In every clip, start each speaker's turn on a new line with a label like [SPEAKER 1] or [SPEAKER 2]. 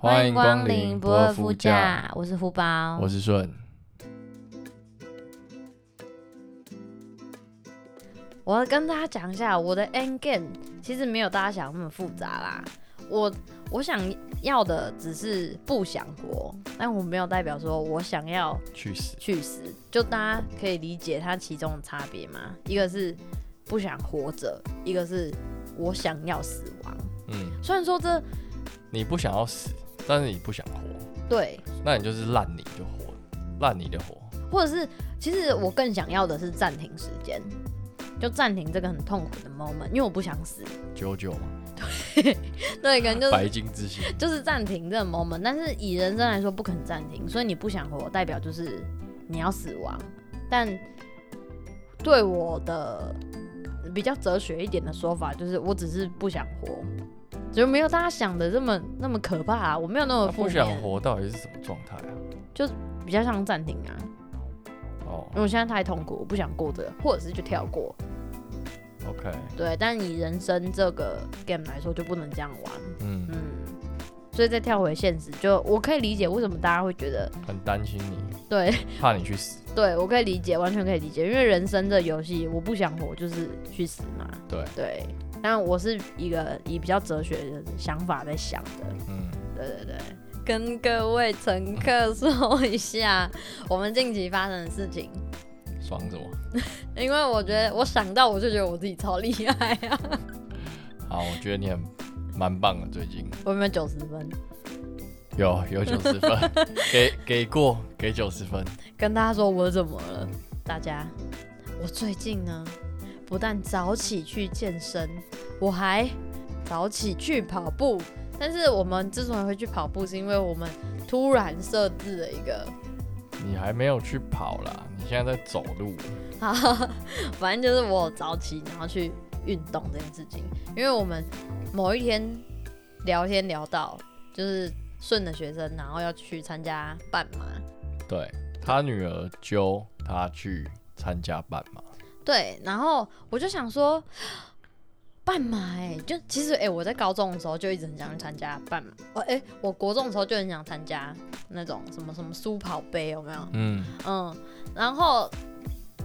[SPEAKER 1] 欢迎光临不二夫家，我是胡宝，
[SPEAKER 2] 我是顺。
[SPEAKER 1] 我要跟大家讲一下，我的 end game 其实没有大家想那么复杂啦。我我想要的只是不想活，但我没有代表说我想要
[SPEAKER 2] 去死！
[SPEAKER 1] 去死。就大家可以理解它其中的差别吗？一个是不想活着，一个是我想要死亡。
[SPEAKER 2] 嗯，
[SPEAKER 1] 虽然说这
[SPEAKER 2] 你不想要死，但是你不想活，
[SPEAKER 1] 对，
[SPEAKER 2] 那你就是烂泥就活，烂泥就活。
[SPEAKER 1] 或者是其实我更想要的是暂停时间，就暂停这个很痛苦的 moment，因为我不想死。
[SPEAKER 2] 九九嘛，
[SPEAKER 1] 对，可能就是
[SPEAKER 2] 白金之星。
[SPEAKER 1] 就是暂停这个 moment，但是以人生来说不肯暂停，所以你不想活，代表就是你要死亡。但对我的比较哲学一点的说法，就是我只是不想活，就没有大家想的这么那么可怕、啊。我没有那么
[SPEAKER 2] 那
[SPEAKER 1] 负
[SPEAKER 2] 不
[SPEAKER 1] 面，
[SPEAKER 2] 想活到底是什么状态啊？
[SPEAKER 1] 比较像暂停啊，因为
[SPEAKER 2] 哦
[SPEAKER 1] 我现在太痛苦，我不想过这个，或者是就跳过。
[SPEAKER 2] ，OK，
[SPEAKER 1] 对，但以人生这个 game 来说，就不能这样玩。
[SPEAKER 2] 嗯，
[SPEAKER 1] 嗯，所以再跳回现实，就我可以理解为什么大家会觉得
[SPEAKER 2] 很担心你，
[SPEAKER 1] 对。
[SPEAKER 2] 怕你去死。
[SPEAKER 1] 对，我可以理解，完全可以理解，因为人生这游戏，我不想活就是去死嘛。
[SPEAKER 2] 对，
[SPEAKER 1] 对，但我是一个以比较哲学的想法在想的。
[SPEAKER 2] 嗯，
[SPEAKER 1] 对对对，跟各位乘客说一下我们近期发生的事情，
[SPEAKER 2] 爽什么？
[SPEAKER 1] 因为我觉得我想到我就觉得我自己超厉害啊！
[SPEAKER 2] 好，我觉得你很蛮棒的，最近
[SPEAKER 1] 我有没有九十分？
[SPEAKER 2] 有有九十 分，给给过，给九十分。
[SPEAKER 1] 跟大家说我怎么了，大家，我最近呢，不但早起去健身，我还早起去跑步。但是我们之所以会去跑步，是因为我们突然设置了一个，
[SPEAKER 2] 你还没有去跑啦，你现在在走路。啊
[SPEAKER 1] 哈哈，反正就是我早起然后去运动这件事情。因为我们某一天聊天聊到，就是顺的学生，然后要去参加半马，
[SPEAKER 2] 对他女儿揪他去参加半马，
[SPEAKER 1] 对，然后我就想说， 半马哎、就其实哎、我在高中的时候就一直很想去参加半马，哦哎、我国中的时候就很想参加那种什么什么苏跑杯有没有？
[SPEAKER 2] 嗯，
[SPEAKER 1] 嗯，然后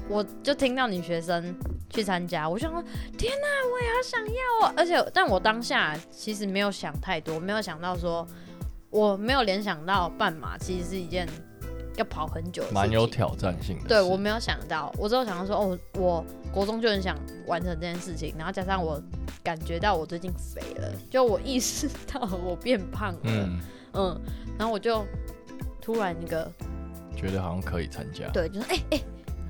[SPEAKER 1] 我就听到女学生去参加，我就想说，天哪、我也好想要哦！而且，但我当下其实没有想太多，没有想到说，我没有联想到半马其实是一件要跑很久的事情，
[SPEAKER 2] 蛮有挑战性的。
[SPEAKER 1] 对我，没有想到，我只有想到说，哦，我国中就很想完成这件事情，然后加上我感觉到我最近肥了，就我意识 到我变胖了，嗯
[SPEAKER 2] 嗯，
[SPEAKER 1] 然后我就突然一个，
[SPEAKER 2] 觉得好像可以参加。
[SPEAKER 1] 对，就是哎哎、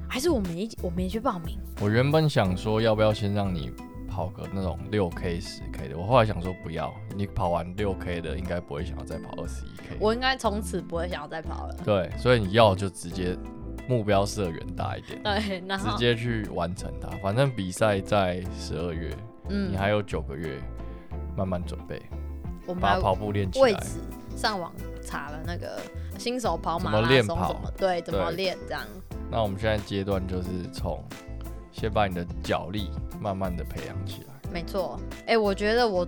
[SPEAKER 1] 还是我们一起我们也去报名，
[SPEAKER 2] 我原本想说要不要先让你跑个那种六 K、十 K 的，我后来想说不要，你跑完六 K 的应该不会想要再跑二十一 K。
[SPEAKER 1] 我应该从此不会想要再跑了，
[SPEAKER 2] 对，所以你要就直接目标设远大一点，
[SPEAKER 1] 对，然
[SPEAKER 2] 直
[SPEAKER 1] 后
[SPEAKER 2] 接去完成它。反正比赛在十二月，
[SPEAKER 1] 嗯
[SPEAKER 2] 你，还有九个月，慢慢准备，
[SPEAKER 1] 我们
[SPEAKER 2] 把
[SPEAKER 1] 还
[SPEAKER 2] 跑步练起
[SPEAKER 1] 为
[SPEAKER 2] 来。
[SPEAKER 1] 此上网查了那个新手跑马
[SPEAKER 2] 怎么
[SPEAKER 1] 拉
[SPEAKER 2] 练
[SPEAKER 1] 松
[SPEAKER 2] 跑
[SPEAKER 1] 怎么对怎么
[SPEAKER 2] 对
[SPEAKER 1] 练这样。
[SPEAKER 2] 那我们现在阶段就是从先把你的脚力慢慢的培养起来。
[SPEAKER 1] 没错，哎、我觉得我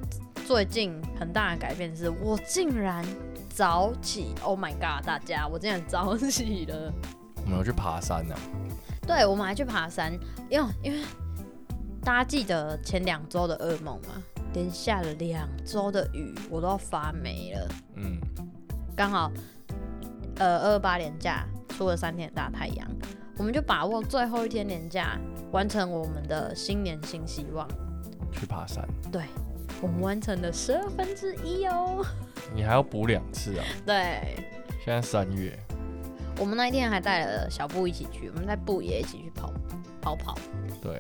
[SPEAKER 1] 最近很大的改变是，我竟然早起。Oh my god，大家，我竟然早起了。
[SPEAKER 2] 我们有去爬山啊呢、
[SPEAKER 1] 对，我们还去爬山，因为因为大家记得前两周的噩梦吗？连下了两周的雨，我都要发霉了。
[SPEAKER 2] 嗯，
[SPEAKER 1] 刚好呃二八连假出了三天大太阳，我们就把握最后一天连假，完成我们的新年新希望。
[SPEAKER 2] 去爬山，
[SPEAKER 1] 对，我们完成了十二分之一哦。
[SPEAKER 2] 你还要补两次啊！
[SPEAKER 1] 对，
[SPEAKER 2] 现在三月，
[SPEAKER 1] 我们那一天还带了小布一起去，我们带布也一起去跑跑跑。
[SPEAKER 2] 对，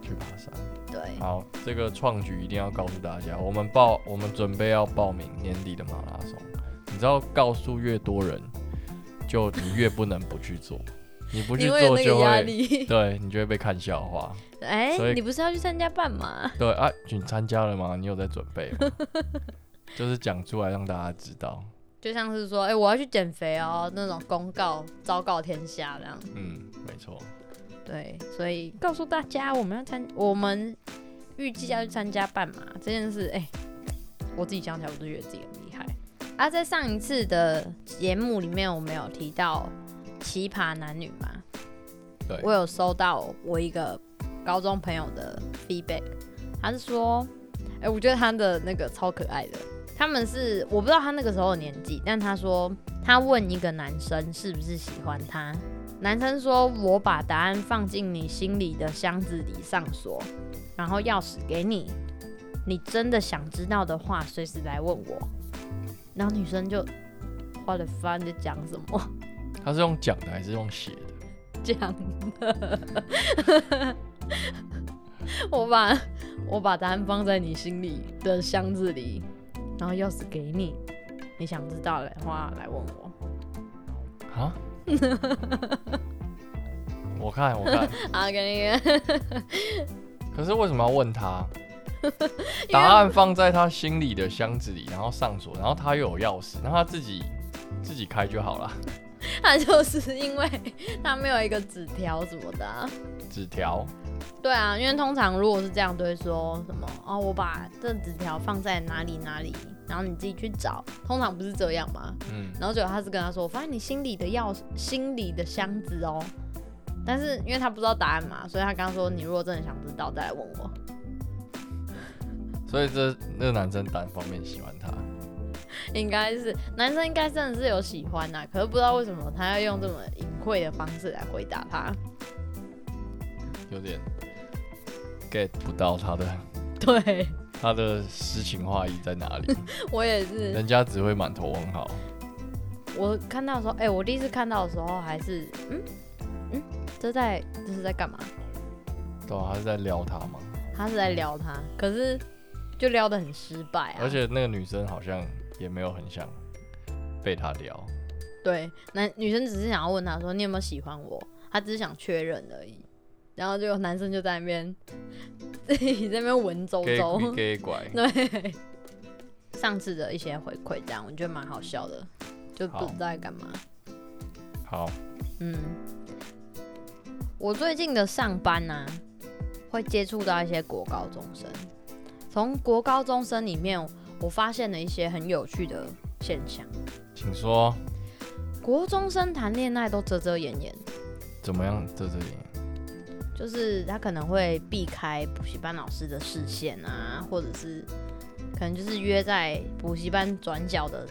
[SPEAKER 2] 去爬山。
[SPEAKER 1] 对，
[SPEAKER 2] 好，这个创举一定要告诉大家，我们报，我们准备要报名年底的马拉松。你知道，告诉越多人，就你越不能不去做，你不去
[SPEAKER 1] 因为有
[SPEAKER 2] 做
[SPEAKER 1] 那
[SPEAKER 2] 就
[SPEAKER 1] 个压
[SPEAKER 2] 会，
[SPEAKER 1] 力。
[SPEAKER 2] 对你就会被看笑话。
[SPEAKER 1] 哎、
[SPEAKER 2] 所以
[SPEAKER 1] 你不是要去参加半马？
[SPEAKER 2] 对啊，你参加了吗？你有在准备吗？就是讲出来让大家知道。
[SPEAKER 1] 就像是说，哎、我要去减肥哦，那种公告昭告天下这样。
[SPEAKER 2] 嗯，没错。
[SPEAKER 1] 对，所以告诉大家，我们要参，我们预计要去参加半马这件事。哎、我自己想起来，我都觉得自己很厉害。啊，在上一次的节目里面，我们有提到奇葩男女嘛？
[SPEAKER 2] 对
[SPEAKER 1] 我有收到我一个高中朋友的 feedback，他是说，哎、我觉得他的那个超可爱的。他们是我不知道他那个时候的年纪，但他说他问一个男生是不是喜欢他，男生说我把答案放进你心里的箱子里上锁，然后钥匙给你，你真的想知道的话随时来问我。然后女生就花了翻在讲什么
[SPEAKER 2] 他是用讲的还是用写的？
[SPEAKER 1] 讲的，我把我把答案放在你心里的箱子里，然后钥匙给你，你想知道的话来问我。
[SPEAKER 2] 啊？ 我看，我看，
[SPEAKER 1] 啊，给你，
[SPEAKER 2] 可是为什么要问他？答案放在他心里的箱子里，然后上锁，然后他又有钥匙，然后他自己自己开就好了。
[SPEAKER 1] 他就是因为他没有一个纸条什么的啊、
[SPEAKER 2] 纸条，
[SPEAKER 1] 对啊，因为通常如果是这样，都会说什么哦，我把这纸条放在哪里哪里，然后你自己去找。通常不是这样吗？
[SPEAKER 2] 嗯，
[SPEAKER 1] 然后结果他是跟他说，我发现你心里的钥匙，心里的箱子哦。但是因为他不知道答案嘛，所以他刚说你如果真的哦想知道，再来问我。
[SPEAKER 2] 所以这那个男生单方面喜欢他，
[SPEAKER 1] 应该是男生应该真的是有喜欢呐、可是不知道为什么他要用这么隐晦的方式来回答他。
[SPEAKER 2] 有点 get 不到他的
[SPEAKER 1] 对
[SPEAKER 2] 他的诗情画意在哪里，
[SPEAKER 1] 我也是，
[SPEAKER 2] 人家只会满头问号。
[SPEAKER 1] 我看到的时候，哎、我第一次看到的时候还是，嗯嗯，这在这是在干嘛？
[SPEAKER 2] 对啊，他是在撩他嘛，
[SPEAKER 1] 他是在撩他，可是就撩得很失败啊。
[SPEAKER 2] 而且那个女生好像也没有很想被他撩。
[SPEAKER 1] 对，男女生只是想要问他说你有没有喜欢我，他只是想确认而已。然后就男生就在那边自己在那边文绉
[SPEAKER 2] 给
[SPEAKER 1] 绉。
[SPEAKER 2] 给拐，
[SPEAKER 1] 对，上次的一些回馈这样，我觉得蛮好笑的，就不
[SPEAKER 2] 好
[SPEAKER 1] 知道在干嘛。
[SPEAKER 2] 好，
[SPEAKER 1] 嗯，我最近的上班呢、会接触到一些国高中生。从国高中生里面，我发现了一些很有趣的现象。
[SPEAKER 2] 请说
[SPEAKER 1] 国中生谈恋爱都遮遮掩掩，
[SPEAKER 2] 怎么样在这里？
[SPEAKER 1] 就是他可能会避开补习班老师的视线啊，或者是可能就是约在补习班转角的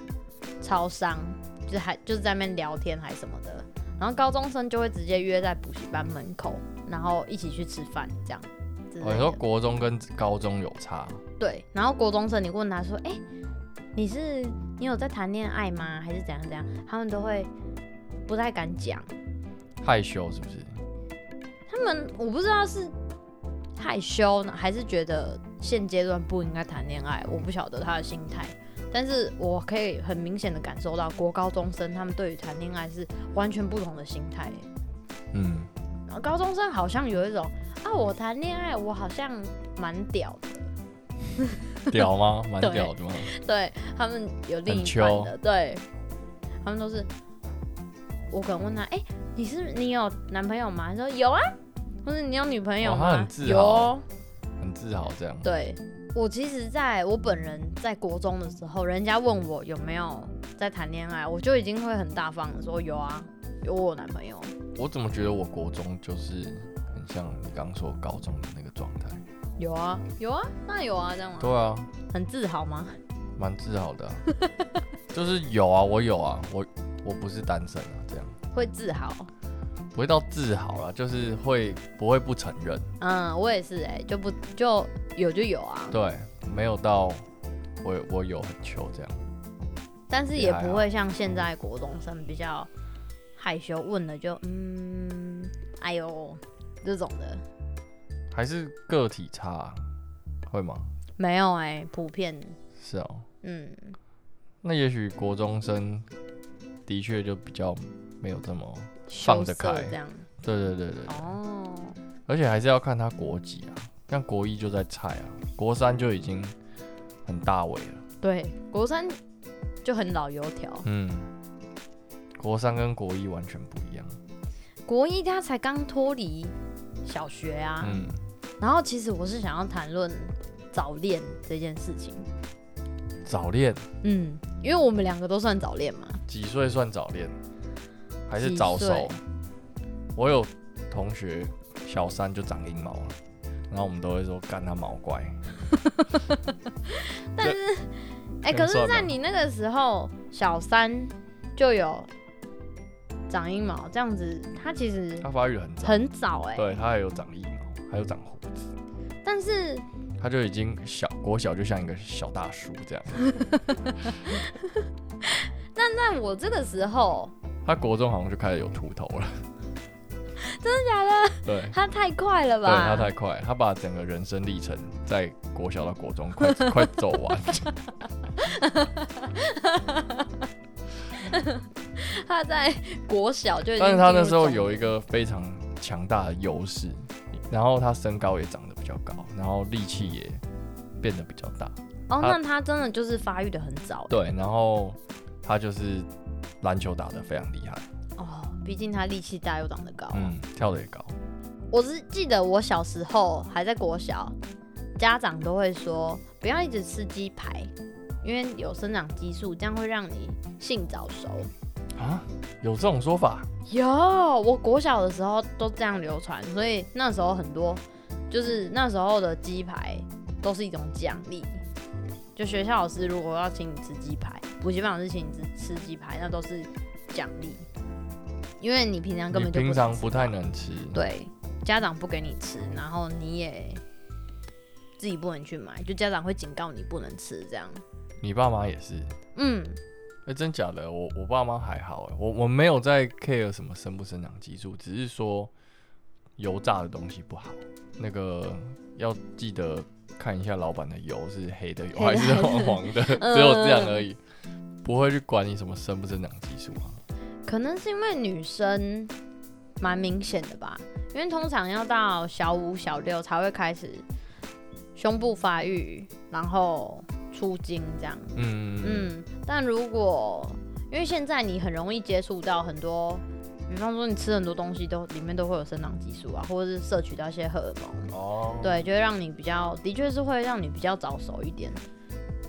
[SPEAKER 1] 超商，就是还就是在那边聊天还什么的。然后高中生就会直接约在补习班门口，然后一起去吃饭这样之类的。
[SPEAKER 2] 哦，你说国中跟高中有差？
[SPEAKER 1] 对，然后国中生你问他说：“哎、你是你有在谈恋爱吗？还是怎样怎样？”他们都会不太敢讲。
[SPEAKER 2] 害羞是不是？
[SPEAKER 1] 他们我不知道是害羞呢，还是觉得现阶段不应该谈恋爱，我不晓得他的心态。但是我可以很明显的感受到，国高中生他们对于谈恋爱是完全不同的心态。
[SPEAKER 2] 嗯，
[SPEAKER 1] 然后高中生好像有一种啊，我谈恋爱，我好像蛮屌的，
[SPEAKER 2] 屌 吗？蛮
[SPEAKER 1] 对
[SPEAKER 2] 屌的吗？
[SPEAKER 1] 对他们有另
[SPEAKER 2] 很
[SPEAKER 1] 一
[SPEAKER 2] 秋
[SPEAKER 1] 半的，对他们都是。我可能问他，哎、你是你有男朋友吗？他说有啊，或者你有女朋友
[SPEAKER 2] 哦
[SPEAKER 1] 吗？
[SPEAKER 2] 他很自
[SPEAKER 1] 有
[SPEAKER 2] 豪
[SPEAKER 1] 哦。
[SPEAKER 2] 很自豪这样。
[SPEAKER 1] 对我其实在我本人在国中的时候，人家问我有没有在谈恋爱，我就已经会很大方的说有啊，有我有男朋友。
[SPEAKER 2] 我怎么觉得我国中就是很像你刚说高中的那个状态？
[SPEAKER 1] 有啊，有啊，那有啊，这样吗？
[SPEAKER 2] 对啊，
[SPEAKER 1] 很自豪吗？
[SPEAKER 2] 蛮自豪的啊、 就是有啊，我有啊，我我不是单身啊，这样
[SPEAKER 1] 会自豪。
[SPEAKER 2] 不会到自豪啦，就是会不会不承认？
[SPEAKER 1] 嗯，我也是哎、就不就有就有啊，
[SPEAKER 2] 对，没有到我我有很糗这样。
[SPEAKER 1] 但是
[SPEAKER 2] 也
[SPEAKER 1] 也
[SPEAKER 2] 还
[SPEAKER 1] 不
[SPEAKER 2] 好
[SPEAKER 1] 会像现在国中生比较害羞，问了就嗯，哎呦这种的。
[SPEAKER 2] 还是个体差啊、会吗？
[SPEAKER 1] 没有哎、普遍
[SPEAKER 2] 是哦，
[SPEAKER 1] 嗯，
[SPEAKER 2] 那也许国中生的确就比较没有这么，
[SPEAKER 1] 羞
[SPEAKER 2] 得
[SPEAKER 1] 涩
[SPEAKER 2] 开
[SPEAKER 1] 这样
[SPEAKER 2] 对对对对，
[SPEAKER 1] 哦。
[SPEAKER 2] 而且还是要看他国籍啊，像国一就在菜啊，国三就已经很大尾了，
[SPEAKER 1] 对，国三就很老油条，
[SPEAKER 2] 嗯，国三跟国一完全不一样，
[SPEAKER 1] 国一他才刚脱离小学啊。
[SPEAKER 2] 嗯，
[SPEAKER 1] 然后其实我是想要谈论早恋这件事情，
[SPEAKER 2] 早恋
[SPEAKER 1] 嗯，因因为我们两个都算早恋嘛，
[SPEAKER 2] 几岁算早恋？还是
[SPEAKER 1] 几
[SPEAKER 2] 早熟
[SPEAKER 1] 岁？
[SPEAKER 2] 我有同学小三就长阴毛了，然后我们都会说干他毛怪。
[SPEAKER 1] 哎、
[SPEAKER 2] 这
[SPEAKER 1] 可
[SPEAKER 2] 样
[SPEAKER 1] 是，
[SPEAKER 2] 算
[SPEAKER 1] 在
[SPEAKER 2] 吗
[SPEAKER 1] 你那个时候，小三就有长阴毛，这样子，他其实
[SPEAKER 2] 他发育很早，
[SPEAKER 1] 很早哎、
[SPEAKER 2] 哦对他还有长腋毛，还有长胡子，
[SPEAKER 1] 但是
[SPEAKER 2] 他就已经小国小就像一个小大叔这样。
[SPEAKER 1] 在我这个时候，
[SPEAKER 2] 他国中好像就开始有秃头了，
[SPEAKER 1] 真的假的？
[SPEAKER 2] 对，
[SPEAKER 1] 他太快了
[SPEAKER 2] 对他
[SPEAKER 1] 吧？
[SPEAKER 2] 太快，他把整个人生历程在国小到国中快 快走完。
[SPEAKER 1] 他在国小就已经，
[SPEAKER 2] 但是他那时候有一，个非常强大的优势，然后他身高也长得比较高，然后力气也变得比较大，
[SPEAKER 1] 哦，
[SPEAKER 2] 他
[SPEAKER 1] 那他真的就是发育的很早、欸，
[SPEAKER 2] 对，然后他就是篮球打得非常厉害，
[SPEAKER 1] 哦，毕竟他力气大又长得高啊、
[SPEAKER 2] 嗯，跳得也高，
[SPEAKER 1] 我只记得我小时候还在国小，家长都会说不要一直吃鸡排，因为有生长激素，这样会让你性早熟。
[SPEAKER 2] 啊，有这种说法？
[SPEAKER 1] 有，我国小的时候都这样流传，所以那时候很多就是那时候的鸡排都是一种奖励。就学校老师如果要请你吃鸡排，补习班老师请你吃吃鸡排，那都是奖励，因为你平常根
[SPEAKER 2] 你
[SPEAKER 1] 本就
[SPEAKER 2] 平
[SPEAKER 1] 不
[SPEAKER 2] 常
[SPEAKER 1] 吃
[SPEAKER 2] 不太能吃，
[SPEAKER 1] 对，家长不给你吃，然后你也自己不能去买，就家长会警告你不能吃这样。
[SPEAKER 2] 你爸妈也是。
[SPEAKER 1] 嗯，
[SPEAKER 2] 哎、真假的？我我爸妈还好哎，我我没有在 care 什么生不生长激素，只是说油炸的东西不好，那个要记得看一下老板的油是黑的油
[SPEAKER 1] 黑
[SPEAKER 2] 还
[SPEAKER 1] 的
[SPEAKER 2] 是
[SPEAKER 1] 还是
[SPEAKER 2] 黄黄的，
[SPEAKER 1] 嗯
[SPEAKER 2] 只有这样而已，不会去管你什么生不生长激素啊。
[SPEAKER 1] 可能是因为女生蛮明显的吧，因为通常要到小五、小六才会开始胸部发育，然后出精这样。
[SPEAKER 2] 嗯嗯
[SPEAKER 1] 嗯，但如果因为现在你很容易接触到很多，比方说你吃很多东西都里面都会有生长激素啊，或者是摄取到一些荷尔蒙。
[SPEAKER 2] 哦，
[SPEAKER 1] 对，就会让你比较，的确是会让你比较早熟一点。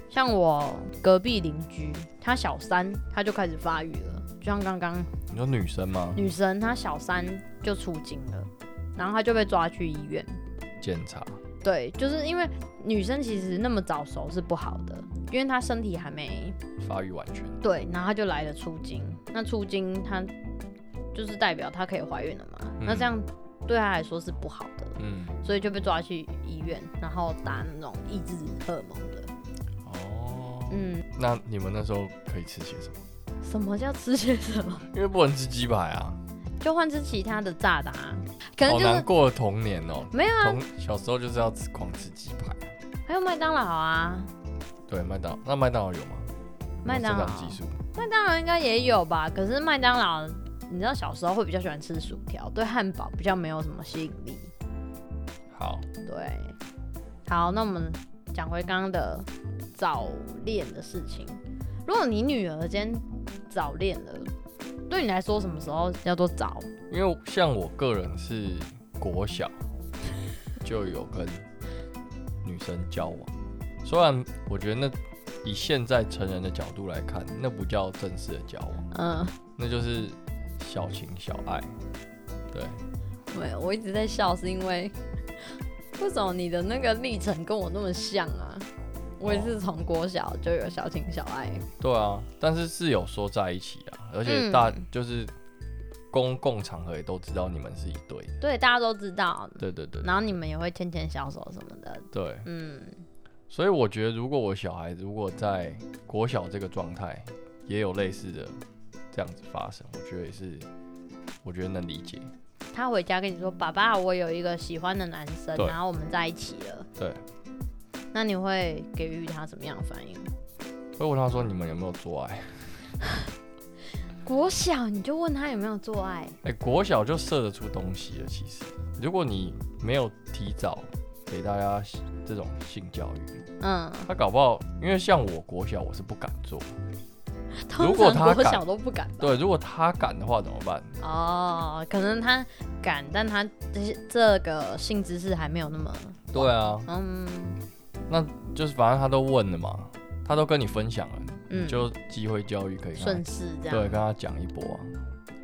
[SPEAKER 1] 像我隔壁邻居，她小三，她就开始发育了，就像刚刚
[SPEAKER 2] 你说女生吗？
[SPEAKER 1] 女生，她小三就出精了，然后她就被抓去医院。
[SPEAKER 2] 检查
[SPEAKER 1] 对，就是因为女生其实那么早熟是不好的，因为她身体还没
[SPEAKER 2] 发育完全，
[SPEAKER 1] 对，然后她就来了出精。那出精她就是代表她可以怀孕了嘛，那这样对她来说是不好的。
[SPEAKER 2] 嗯，
[SPEAKER 1] 所以就被抓去医院，然后打那种抑制荷尔蒙的。
[SPEAKER 2] 哦，
[SPEAKER 1] 嗯，
[SPEAKER 2] 那你们那时候可以吃些什么？
[SPEAKER 1] 什么叫吃些什么？
[SPEAKER 2] 因为不能吃鸡排啊，
[SPEAKER 1] 就换吃其他的炸的、啊，可能
[SPEAKER 2] 好
[SPEAKER 1] 就
[SPEAKER 2] 难
[SPEAKER 1] 是
[SPEAKER 2] 过的童年哦。
[SPEAKER 1] 没有啊，
[SPEAKER 2] 从小时候就是要吃狂吃鸡排。
[SPEAKER 1] 还有哎麦当劳啊，
[SPEAKER 2] 对，麦当劳那麦当劳有吗？
[SPEAKER 1] 麦当劳
[SPEAKER 2] 有生长激素
[SPEAKER 1] 麦当劳应该也有吧？可是麦当劳，你知道小时候会比较喜欢吃薯条，对汉堡比较没有什么吸引力。
[SPEAKER 2] 好，
[SPEAKER 1] 对，好，那我们讲回刚刚的早恋的事情。如果你女儿今天早恋了，对你来说什么时候叫做早？
[SPEAKER 2] 因为像我个人是国小 就有跟女生交往，虽然我觉得那以现在成人的角度来看，那不叫正式的交往，
[SPEAKER 1] 嗯，
[SPEAKER 2] 那就是小情小爱。对，
[SPEAKER 1] 没有，我一直在笑，是因为为什么你的那个历程跟我那么像啊？我也
[SPEAKER 2] 哦
[SPEAKER 1] 是从国小就有小情小爱，
[SPEAKER 2] 对啊，但是是有说在一起啊，而且大、
[SPEAKER 1] 嗯
[SPEAKER 2] 就是公共场合也都知道你们是一对的。
[SPEAKER 1] 对，大家都知道。
[SPEAKER 2] 对对对
[SPEAKER 1] 然后你们也会牵牵小手什么的，
[SPEAKER 2] 对，
[SPEAKER 1] 嗯，
[SPEAKER 2] 所以我觉得，如果我小孩如果在国小这个状态也有类似的这样子发生，我觉得也是，我觉得能理解。
[SPEAKER 1] 他回家跟你说：“爸爸，我有一个喜欢的男生，
[SPEAKER 2] 对
[SPEAKER 1] 然后我们在一起了。
[SPEAKER 2] 对，”
[SPEAKER 1] 那你会给予他什么样的反应？
[SPEAKER 2] 会问他说你们有没有做 爱？
[SPEAKER 1] 国小你就问他有没有做爱，
[SPEAKER 2] 哎、国小就射得出东西了。其实，如果你没有提早给大家这种性教育，
[SPEAKER 1] 嗯，
[SPEAKER 2] 他搞不好，因为像我国小我是不敢做。
[SPEAKER 1] 通
[SPEAKER 2] 如果
[SPEAKER 1] 常
[SPEAKER 2] 他
[SPEAKER 1] 国
[SPEAKER 2] 敢
[SPEAKER 1] 小都不敢吧？
[SPEAKER 2] 对，如果他敢的话怎么办？
[SPEAKER 1] 哦，可能他敢，但他这些这个性知识还没有那么，
[SPEAKER 2] 对啊，
[SPEAKER 1] 嗯，
[SPEAKER 2] 就是反正他都问了嘛，他都跟你分享了，
[SPEAKER 1] 嗯
[SPEAKER 2] 你就机会教育可以跟他
[SPEAKER 1] 顺势这
[SPEAKER 2] 对跟他
[SPEAKER 1] 样。
[SPEAKER 2] 讲一波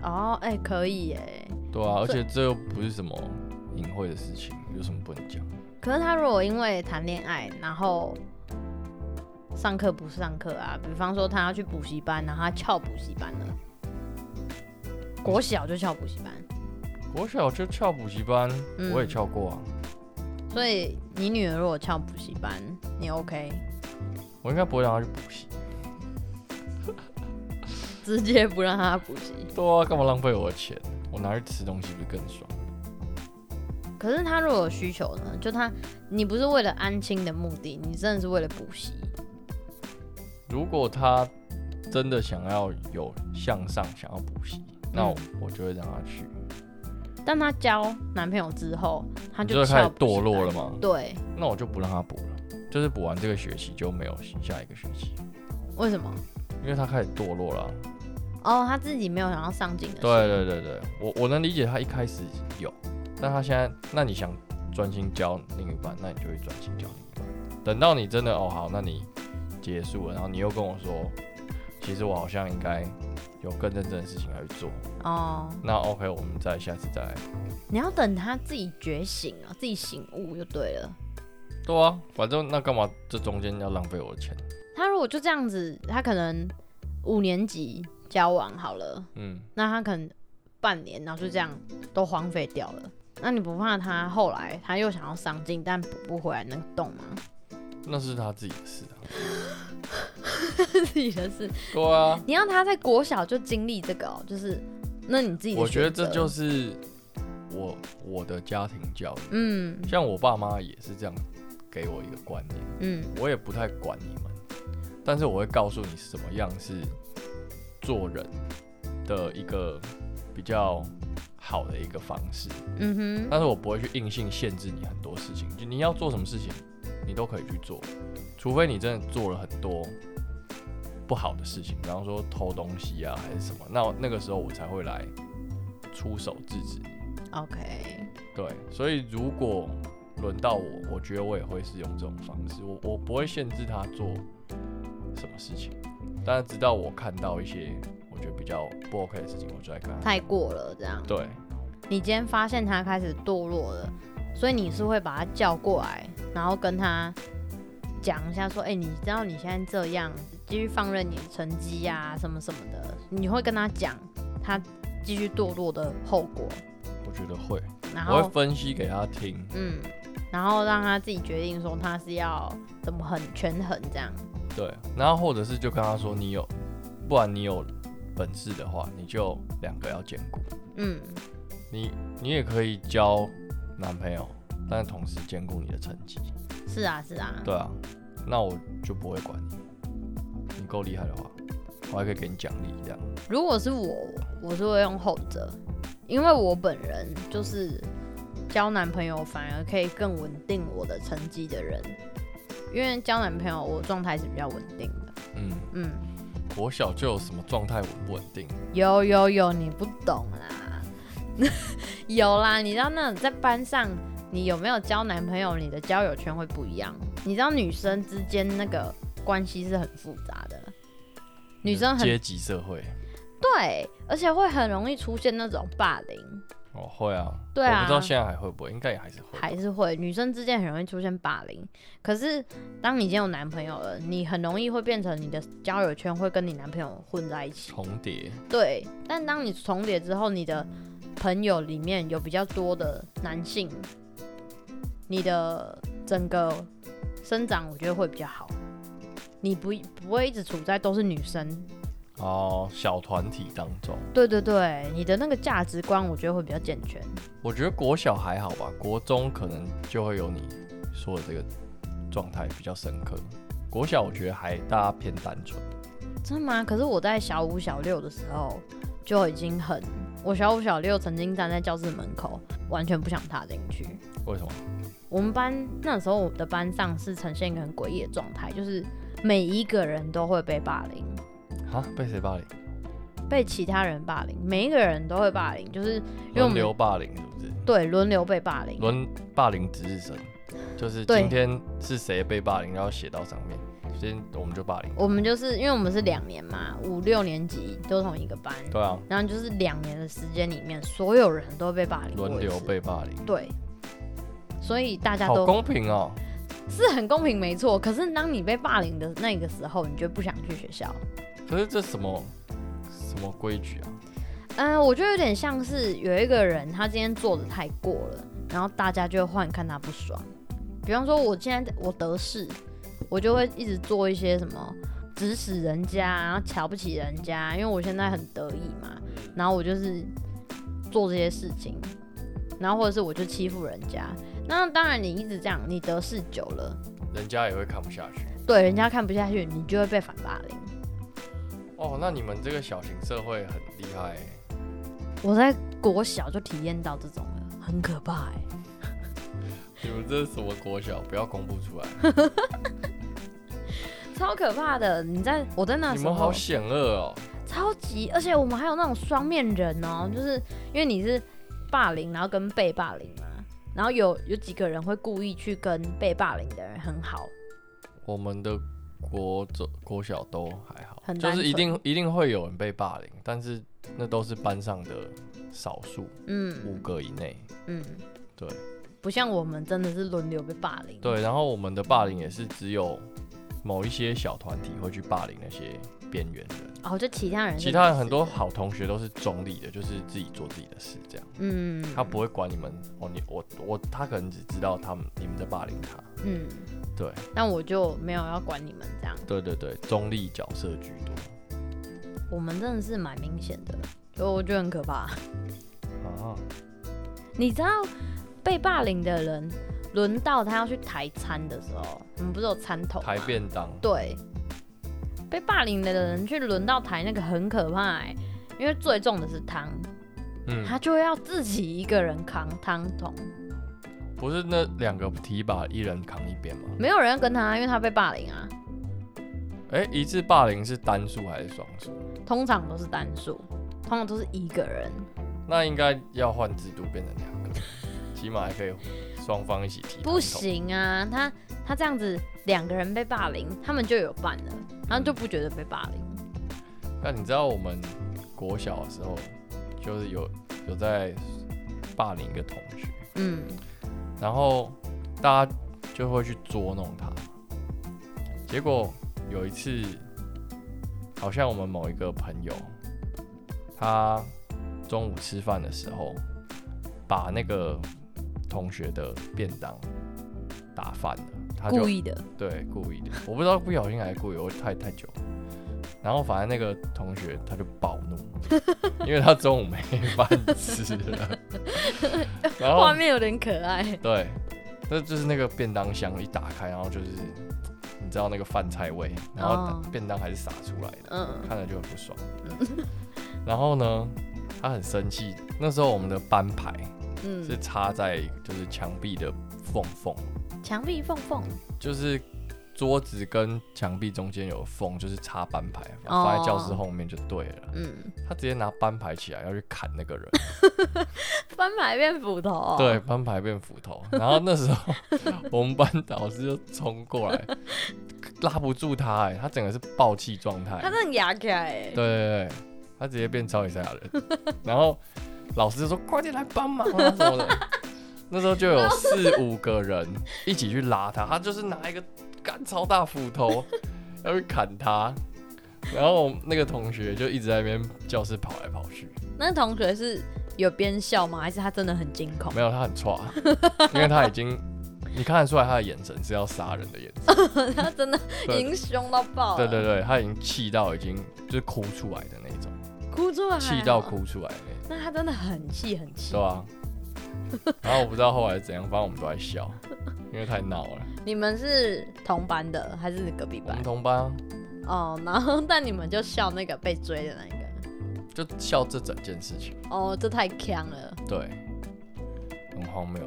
[SPEAKER 2] 啊，
[SPEAKER 1] 哦，哎、可以耶。
[SPEAKER 2] 对啊，而
[SPEAKER 1] 所
[SPEAKER 2] 且这又不是什么隐晦的事情，有什么不能讲？
[SPEAKER 1] 可是他如果因为谈恋爱，然后上课不上课啊，比方说他要去补习班，然后他翘补习班了，国小就翘补习班，
[SPEAKER 2] 国小就翘补习班，
[SPEAKER 1] 嗯
[SPEAKER 2] 我也翘过啊，
[SPEAKER 1] 所以你女儿如果翘补习班，你 OK？
[SPEAKER 2] 我应该不会让他去补习。
[SPEAKER 1] 直接不让她补习。
[SPEAKER 2] 对啊，干嘛浪费我的钱？我拿去吃东西不是更爽？
[SPEAKER 1] 可是她如果有需求呢？就她，你不是为了安亲的目的，你真的是为了补习。
[SPEAKER 2] 如果他真的想要有向上，想要补习，那我,、
[SPEAKER 1] 嗯
[SPEAKER 2] 我就会让他去。
[SPEAKER 1] 但她交男朋友之后，她
[SPEAKER 2] 你
[SPEAKER 1] 就
[SPEAKER 2] 就开
[SPEAKER 1] 翘
[SPEAKER 2] 始
[SPEAKER 1] 补习
[SPEAKER 2] 堕
[SPEAKER 1] 班
[SPEAKER 2] 落了。吗？
[SPEAKER 1] 对，
[SPEAKER 2] 那我就不让他补了，就是补完这个学期就没有下一个学期，
[SPEAKER 1] 为什么？
[SPEAKER 2] 因为他开始堕落了啊。
[SPEAKER 1] 哦，她自己没有想要上进的。
[SPEAKER 2] 对，对对对，我我能理解他一开始有，但他现在，那你想专心教另一半，那你就会专心教另一半。等到你真的哦好，那你结束了，然后你又跟我说，其实我好像应该有更认真的事情来去做，
[SPEAKER 1] 哦，
[SPEAKER 2] 那 OK，我们再下次再来。
[SPEAKER 1] 你要等她自己觉醒啊，自己醒悟就对了。
[SPEAKER 2] 对啊，反正那干嘛这中间要浪费我的钱？
[SPEAKER 1] 她如果就这样子，她可能五年级交往好了，
[SPEAKER 2] 嗯，
[SPEAKER 1] 那他可能半年，然后就这样都荒废掉了。那你不怕他后来他又想要上进，但补不回来那个洞吗？
[SPEAKER 2] 那是他自己的事啊。
[SPEAKER 1] 自己的事，
[SPEAKER 2] 对啊，
[SPEAKER 1] 你让他在国小就经历这个哦，就是那你自己的
[SPEAKER 2] 我觉得这就是是我我的家庭教育，
[SPEAKER 1] 嗯
[SPEAKER 2] 像我爸妈也是这样给我一个观念。
[SPEAKER 1] 嗯
[SPEAKER 2] 我也不太管你们，但是我会告诉你什么样是做人的一个比较好的一个方式，
[SPEAKER 1] 嗯哼
[SPEAKER 2] 但是我不会去硬性限制你很多事情，就你要做什么事情，你都可以去做，除非你真的做了很多不好的事情，比方说偷东西啊还是什么，那那个时候我才会来出手制止你。
[SPEAKER 1] ，OK，
[SPEAKER 2] 对，所以如果轮到我，我觉得我也会是用这种方式，我我不会限制他做什么事情，但是直到我看到一些我觉得比较不 OK 的事情，我就来看他。
[SPEAKER 1] 太过了这样。
[SPEAKER 2] 对，
[SPEAKER 1] 你今天发现他开始堕落了，所以你是会把他叫过来，然后跟他讲一下说，哎、你知道你现在这样，继续放任你的成绩啊，什么什么的，你会跟他讲他继续堕落的后果，
[SPEAKER 2] 我觉得会，
[SPEAKER 1] 然
[SPEAKER 2] 我会
[SPEAKER 1] 后
[SPEAKER 2] 分析给他听。
[SPEAKER 1] 嗯，然后让他自己决定说他是要怎么很权衡这样，
[SPEAKER 2] 对，然后或者是就跟他说，你有，不然你有本事的话，你就两个要兼顾，
[SPEAKER 1] 嗯，
[SPEAKER 2] 你你也可以交男朋友，但是同时兼顾你的成绩。
[SPEAKER 1] 是啊是啊，
[SPEAKER 2] 对啊，那我就不会管你。你够厉害的话，我还可以给你奖励这样。
[SPEAKER 1] 如果是我，我是会用后者，因为我本人就是交男朋友反而可以更稳定我的成绩的人，因为交男朋友我状态是比较稳定的。
[SPEAKER 2] 嗯，
[SPEAKER 1] 嗯，
[SPEAKER 2] 国小就有什么状态稳不稳定？
[SPEAKER 1] 有有有，你不懂啊啦， 有啦，你知道那种在班上。你有没有交男朋友？你的交友圈会不一样。你知道女生之间那个关系是很复杂的，女生很
[SPEAKER 2] 阶级社会，
[SPEAKER 1] 对，而且会很容易出现那种霸凌。
[SPEAKER 2] 哦，会啊。
[SPEAKER 1] 对啊
[SPEAKER 2] 我不知道现在还会不会，应该也还是会。
[SPEAKER 1] 还是会，女生之间很容易出现霸凌。可是当你已经有男朋友了，你很容易会变成你的交友圈会跟你男朋友混在一起。
[SPEAKER 2] 重叠，
[SPEAKER 1] 对，但当你重叠之后，你的朋友里面有比较多的男性，你的整个生长我觉得会比较好。你不不会一直处在都是女生，
[SPEAKER 2] 哦，小团体当中，
[SPEAKER 1] 对对对，你的那个价值观我觉得会比较健全。
[SPEAKER 2] 我觉得国小还好吧，国中可能就会有你说的这个状态比较深刻。国小我觉得还大家偏单纯，
[SPEAKER 1] 真的吗？可是我在小五、小六的时候就已经很，我小五、小六曾经站在教室门口，完全不想踏进去。
[SPEAKER 2] 为什么？
[SPEAKER 1] 我们班那时候我的班上是呈现一个很诡异的状态，就是每一个人都会被霸凌，
[SPEAKER 2] 啊，被谁霸凌？
[SPEAKER 1] 被其他人霸凌，每一个人都会霸凌，就是因为我
[SPEAKER 2] 轮
[SPEAKER 1] 们
[SPEAKER 2] 流霸凌是不是？
[SPEAKER 1] 对轮流被霸凌。
[SPEAKER 2] 轮霸凌值日生，就是
[SPEAKER 1] 对
[SPEAKER 2] 今天是谁被霸凌，然后写到上面，今天我们就霸凌。
[SPEAKER 1] 我们就是因为我们是两年嘛，五六年级都同一个班，
[SPEAKER 2] 对啊，
[SPEAKER 1] 然后就是两年的时间里面，所有人都被霸凌过一
[SPEAKER 2] 轮
[SPEAKER 1] 次，
[SPEAKER 2] 流被霸凌，
[SPEAKER 1] 对，所以大家
[SPEAKER 2] 好
[SPEAKER 1] 都
[SPEAKER 2] 公平哦。
[SPEAKER 1] 是很公平，没错。可是当你被霸凌的那个时候，你就不想去学校。
[SPEAKER 2] 可是这什么什么规矩啊？
[SPEAKER 1] 嗯，我觉得有点像是有一个人他今天做的太过了，然后大家就换看他不爽。比方说，我现在我得势，我就会一直做一些什么指使人家，然后瞧不起人家，因为我现在很得意嘛，然后我就是做这些事情，然后或者是我就欺负人家。那当然，你一直这样，你得势久了，
[SPEAKER 2] 人家也会看不下去。
[SPEAKER 1] 对人家看不下去，你就会被反霸凌。
[SPEAKER 2] 哦，那你们这个小型社会很厉害欸、
[SPEAKER 1] 我在国小就体验到这种了，很可怕哎、
[SPEAKER 2] 你们这是什么国小？不要公布出来。
[SPEAKER 1] 超可怕的！你在我在 那
[SPEAKER 2] 你
[SPEAKER 1] 时
[SPEAKER 2] 们
[SPEAKER 1] 候
[SPEAKER 2] 好险恶哦。
[SPEAKER 1] 超级，而且我们还有那种双面人哦，就是因为你是霸凌，然后跟被霸凌嘛，然后有有几个人会故意去跟被霸凌的人很好，
[SPEAKER 2] 我们的国中、国小都还好，
[SPEAKER 1] 很
[SPEAKER 2] 就
[SPEAKER 1] 单
[SPEAKER 2] 是一
[SPEAKER 1] 纯
[SPEAKER 2] 定一定会有人被霸凌，但是那都是班上的少数，五
[SPEAKER 1] 嗯
[SPEAKER 2] 个以内。
[SPEAKER 1] 嗯，
[SPEAKER 2] 对
[SPEAKER 1] 不像我们真的是轮流被霸凌，
[SPEAKER 2] 对，然后我们的霸凌也是只有某一些小团体会去霸凌那些边缘人，
[SPEAKER 1] 哦，就其他人是
[SPEAKER 2] 其他人很多好同学都是中立的，就是自己做自己的事这样，
[SPEAKER 1] 嗯，
[SPEAKER 2] 他不会管你们哦，你我我他可能只知道他们你们在霸凌他。
[SPEAKER 1] 嗯，
[SPEAKER 2] 对
[SPEAKER 1] 但我就没有要管你们这样，
[SPEAKER 2] 对对对，中立角色居多。
[SPEAKER 1] 我们真的是蛮明显的，所以我觉得很可怕。
[SPEAKER 2] 啊，
[SPEAKER 1] 你知道被霸凌的人，轮到他要去抬餐的时候，我们不是有餐桶吗
[SPEAKER 2] 抬便当，
[SPEAKER 1] 对，被霸凌的人去轮到抬那个很可怕、欸，因为最重的是汤，
[SPEAKER 2] 嗯，
[SPEAKER 1] 他就要自己一个人扛汤桶，
[SPEAKER 2] 不是那两个提把一人扛一边吗？
[SPEAKER 1] 没有人要跟他，因为他被霸凌啊。
[SPEAKER 2] 哎、一次霸凌是单数还是双数？
[SPEAKER 1] 通常都是单数，通常都是一个人。
[SPEAKER 2] 那应该要换制度变成两个，起码还可以双方一起提。
[SPEAKER 1] 不，行啊，他他这样子两个人被霸凌，他们就有伴了，然后就不觉得被霸凌。
[SPEAKER 2] 那你知道我们国小的时候，就是有有在霸凌一个同学，
[SPEAKER 1] 嗯，
[SPEAKER 2] 然后大家就会去捉弄他。结果有一次，好像我们某一个朋友，他中午吃饭的时候，把那个同学的便当打翻了，他就
[SPEAKER 1] 故意的。
[SPEAKER 2] 对故意的，我不知道不小心还是故意，我太太久了。然后反正那个同学他就暴 怒，因为他中午没饭吃 了，然后
[SPEAKER 1] 画面有点可爱，
[SPEAKER 2] 对，那就是那个便当箱一打开，然后就是你知道那个饭菜味，然后
[SPEAKER 1] 哦
[SPEAKER 2] 便当还是洒出来的，
[SPEAKER 1] 嗯
[SPEAKER 2] 看了就很不 爽。然后呢，他很生气。那时候我们的班牌
[SPEAKER 1] 嗯，
[SPEAKER 2] 是插在就是墙壁的缝缝，
[SPEAKER 1] 墙壁缝缝，
[SPEAKER 2] 就是桌子跟墙壁中间有缝，就是插班牌，
[SPEAKER 1] 哦
[SPEAKER 2] 放在教室后面就对了。
[SPEAKER 1] 嗯，
[SPEAKER 2] 他直接拿班牌起来要去砍那个人，
[SPEAKER 1] 翻牌变斧头、哦，
[SPEAKER 2] 对，，班牌变斧头。然后那时候我们班导师就冲过来，拉不住他、哎，他整个是暴气状态。
[SPEAKER 1] 他真的牙起来欸，
[SPEAKER 2] 对对对，他直接变超级赛亚人。 然后老师就说：“快点来帮忙啊什么的。” 那时候就有四五个人一起去拉他，他就是拿一个干超大斧头 要去砍他。然后那个同学就一直在那边教室跑来跑去，
[SPEAKER 1] 那同学是有边笑吗？还是他真的很惊恐？
[SPEAKER 2] 没有他很差，因为他已经你看得出来他的眼神是要杀人的眼神，
[SPEAKER 1] 他真的
[SPEAKER 2] 对
[SPEAKER 1] 已经凶到爆
[SPEAKER 2] 对
[SPEAKER 1] 了，
[SPEAKER 2] 对对，他已经气到已经就是哭出来的那种，
[SPEAKER 1] 对，哭出来，啊
[SPEAKER 2] 气到。哭出来的那种。
[SPEAKER 1] 那他真的很气很气
[SPEAKER 2] 对，啊。然后我不知道后来怎样，反正我们都在笑，因为太闹了。
[SPEAKER 1] 你们是同班的还是隔壁
[SPEAKER 2] 我们
[SPEAKER 1] 班？
[SPEAKER 2] 同班啊
[SPEAKER 1] 哦，然后但你们就笑那个被追的那个，
[SPEAKER 2] 就笑这整件事情，
[SPEAKER 1] 哦，这太强了。
[SPEAKER 2] 对，很荒谬。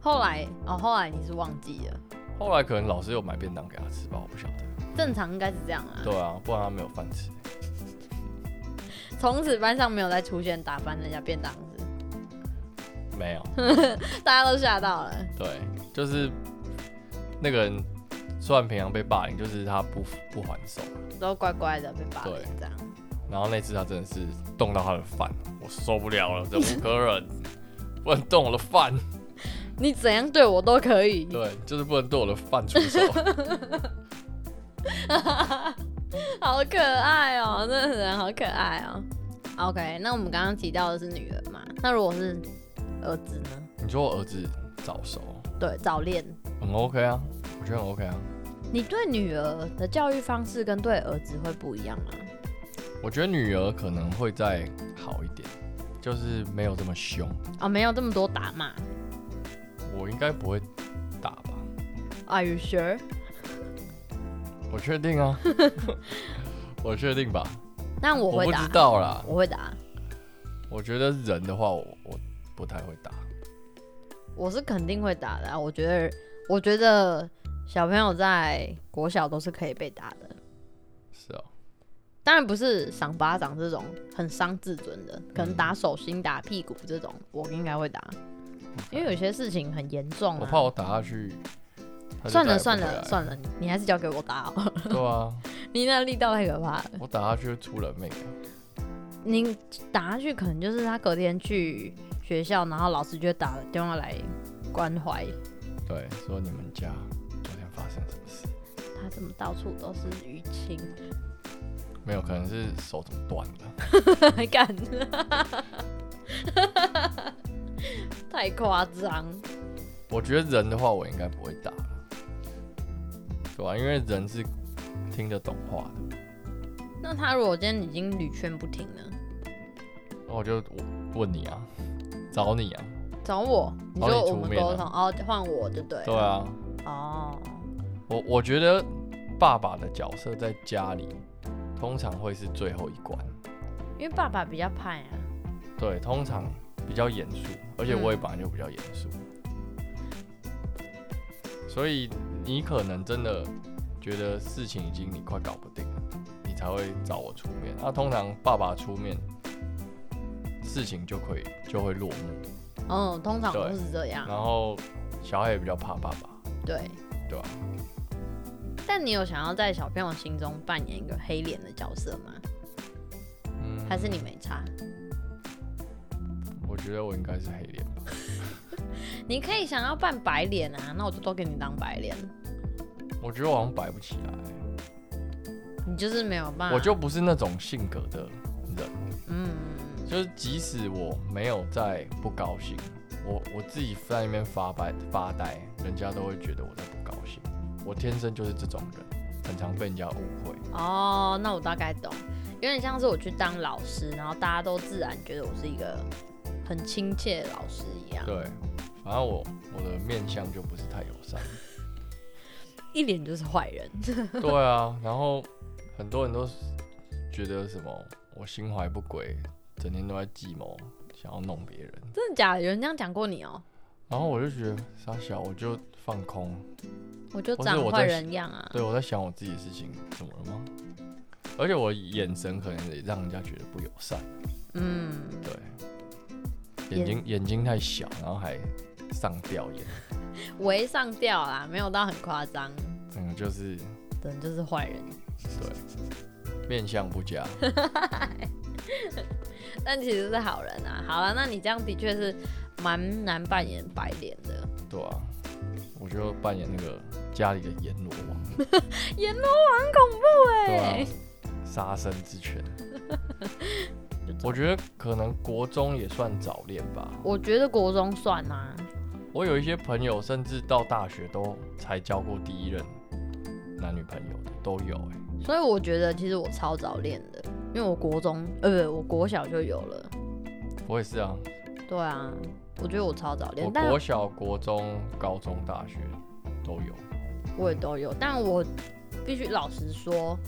[SPEAKER 1] 后来哦，后来你是忘记了，
[SPEAKER 2] 后来可能老师有买便当给他吃吧，我不晓得。
[SPEAKER 1] 正常应该是这样啊。
[SPEAKER 2] 对啊，不然他没有饭吃。
[SPEAKER 1] 从此班上没有再出现打翻人家便当子，
[SPEAKER 2] 没有，
[SPEAKER 1] 大家都吓到了。
[SPEAKER 2] 对，就是那个人虽然平常被霸凌，就是他不不还手。
[SPEAKER 1] 都乖乖的被霸凌
[SPEAKER 2] 对
[SPEAKER 1] 这样。
[SPEAKER 2] 然后那次他真的是动到他的饭，我受不了了，这五个人不能动我的饭，
[SPEAKER 1] 你怎样对我都可以，
[SPEAKER 2] 对，就是不能对我的饭出手。
[SPEAKER 1] 好可爱哦、这个人好可爱哦、OK，那我们刚刚提到的是女儿嘛？那如果是儿子呢？
[SPEAKER 2] 你说我儿子早熟，
[SPEAKER 1] 对，早恋。
[SPEAKER 2] 很 OK 啊，我觉得很 OK 啊。
[SPEAKER 1] 你对女儿的教育方式跟对儿子会不一样吗？
[SPEAKER 2] 我觉得女儿可能会再好一点，就是没有这么凶。
[SPEAKER 1] 哦，没有这么多打骂。
[SPEAKER 2] 我应该不会打吧？
[SPEAKER 1] Are you sure？
[SPEAKER 2] 我确定 啊，我确定吧？
[SPEAKER 1] 但我
[SPEAKER 2] 我
[SPEAKER 1] 会
[SPEAKER 2] 不
[SPEAKER 1] 打
[SPEAKER 2] 知，道啦。
[SPEAKER 1] 我会打，
[SPEAKER 2] 我觉得人的话我，我不太会打。
[SPEAKER 1] 我是肯定会打的、啊。我觉得，我觉得小朋友在国小都是可以被打的，
[SPEAKER 2] 是哦，
[SPEAKER 1] 当然不是赏巴掌这种很伤自尊的，可能
[SPEAKER 2] 嗯
[SPEAKER 1] 打手心、打屁股这种，我应该会打，因为有些事情很严重、啊。
[SPEAKER 2] 我怕我打下去。他就再
[SPEAKER 1] 算
[SPEAKER 2] 也不
[SPEAKER 1] 了算
[SPEAKER 2] 回来
[SPEAKER 1] 了算了，你还是交给我打好了，
[SPEAKER 2] 对啊，
[SPEAKER 1] 你那力道太可怕了。
[SPEAKER 2] 我打下去会出人命。
[SPEAKER 1] 你打下去，可能就是他隔天去学校，然后老师就会打电话来关怀。
[SPEAKER 2] 对，说你们家昨天发生什么事？
[SPEAKER 1] 他怎么到处都是淤青？
[SPEAKER 2] 没有，可能是手怎么断了。
[SPEAKER 1] 还敢？ 太夸张！
[SPEAKER 2] 我觉得人的话，我应该不会打，对啊吧、因为人是听得懂话的。
[SPEAKER 1] 那他如果今天已经屡劝不听呢？
[SPEAKER 2] 那我就问你啊，找你啊，
[SPEAKER 1] 找我，你
[SPEAKER 2] 帮
[SPEAKER 1] 说
[SPEAKER 2] 你
[SPEAKER 1] 我
[SPEAKER 2] 出
[SPEAKER 1] 们
[SPEAKER 2] 面
[SPEAKER 1] 沟
[SPEAKER 2] 啊
[SPEAKER 1] 通，哦，换我就对了。
[SPEAKER 2] 对啊，
[SPEAKER 1] 哦，
[SPEAKER 2] 我我觉得爸爸的角色在家里通常会是最后一关，
[SPEAKER 1] 因为爸爸比较派啊。
[SPEAKER 2] 对，通常
[SPEAKER 1] 嗯
[SPEAKER 2] 比较严肃，而且我也本来就比较严肃，所以你可能真的觉得事情已经你快搞不定了，你才会找我出面。那、通常爸爸出面，事情就可以就会落幕，
[SPEAKER 1] 嗯，通常都
[SPEAKER 2] 对
[SPEAKER 1] 是这样。
[SPEAKER 2] 然后小孩也比较怕爸爸，
[SPEAKER 1] 对，
[SPEAKER 2] 对吧、
[SPEAKER 1] 但你有想要在小朋友心中扮演一个黑脸的角色吗？
[SPEAKER 2] 嗯，
[SPEAKER 1] 还是你没差？
[SPEAKER 2] 我觉得我应该是黑脸吧。
[SPEAKER 1] 你可以想要扮白脸啊，那我就都给你当白脸。
[SPEAKER 2] 我觉得我好像摆不起来，
[SPEAKER 1] 你就是没有办法，
[SPEAKER 2] 我就不是那种性格的人，
[SPEAKER 1] 嗯，
[SPEAKER 2] 就是即使我没有在不高兴，我我自己在那边发呆发呆，人家都会觉得我在不高兴。我天生就是这种人，很常被人家误会。
[SPEAKER 1] 哦，那我大概懂，有点像是我去当老师，然后大家都自然觉得我是一个很亲切的老师一样，
[SPEAKER 2] 对，反正我我的面相就不是太友善。
[SPEAKER 1] 一脸就是坏人。
[SPEAKER 2] 对啊，然后很多人都觉得什么我心怀不轨，整天都在计谋，想要弄别人。
[SPEAKER 1] 真的假的？有人这样讲过你哦、
[SPEAKER 2] 然后我就觉得傻小，我就放空，
[SPEAKER 1] 我就
[SPEAKER 2] 不是
[SPEAKER 1] 长
[SPEAKER 2] 我
[SPEAKER 1] 坏
[SPEAKER 2] 在
[SPEAKER 1] 人样啊。
[SPEAKER 2] 对，我在想我自己的事情怎么了吗？而且我眼神可能也让人家觉得不友善，
[SPEAKER 1] 嗯，
[SPEAKER 2] 对，眼睛眼睛太小，然后还上吊眼，
[SPEAKER 1] 微上吊啦，没有到很夸张，
[SPEAKER 2] 整个嗯就是
[SPEAKER 1] 真的就是坏人。
[SPEAKER 2] 对，面相不佳。
[SPEAKER 1] 但其实是好人啊。好了，那你这样的确是蛮难扮演白脸的。
[SPEAKER 2] 对啊，我就扮演那个家里的阎罗王，
[SPEAKER 1] 阎罗王很恐怖
[SPEAKER 2] 对
[SPEAKER 1] 哎、
[SPEAKER 2] 啊，杀生之 犬。我觉得可能国中也算早恋吧，
[SPEAKER 1] 我觉得国中算啊，
[SPEAKER 2] 我有一些朋友，甚至到大学都才交过第一任男女朋友的都有、欸，
[SPEAKER 1] 所以我觉得其实我超早恋的，因为我国中呃不，我国小就有了。
[SPEAKER 2] 我也是啊，
[SPEAKER 1] 对啊，我觉得我超早恋
[SPEAKER 2] 我，
[SPEAKER 1] 但
[SPEAKER 2] 国小、国中、高中、大学都有。
[SPEAKER 1] 我也都有，但我必须老实说，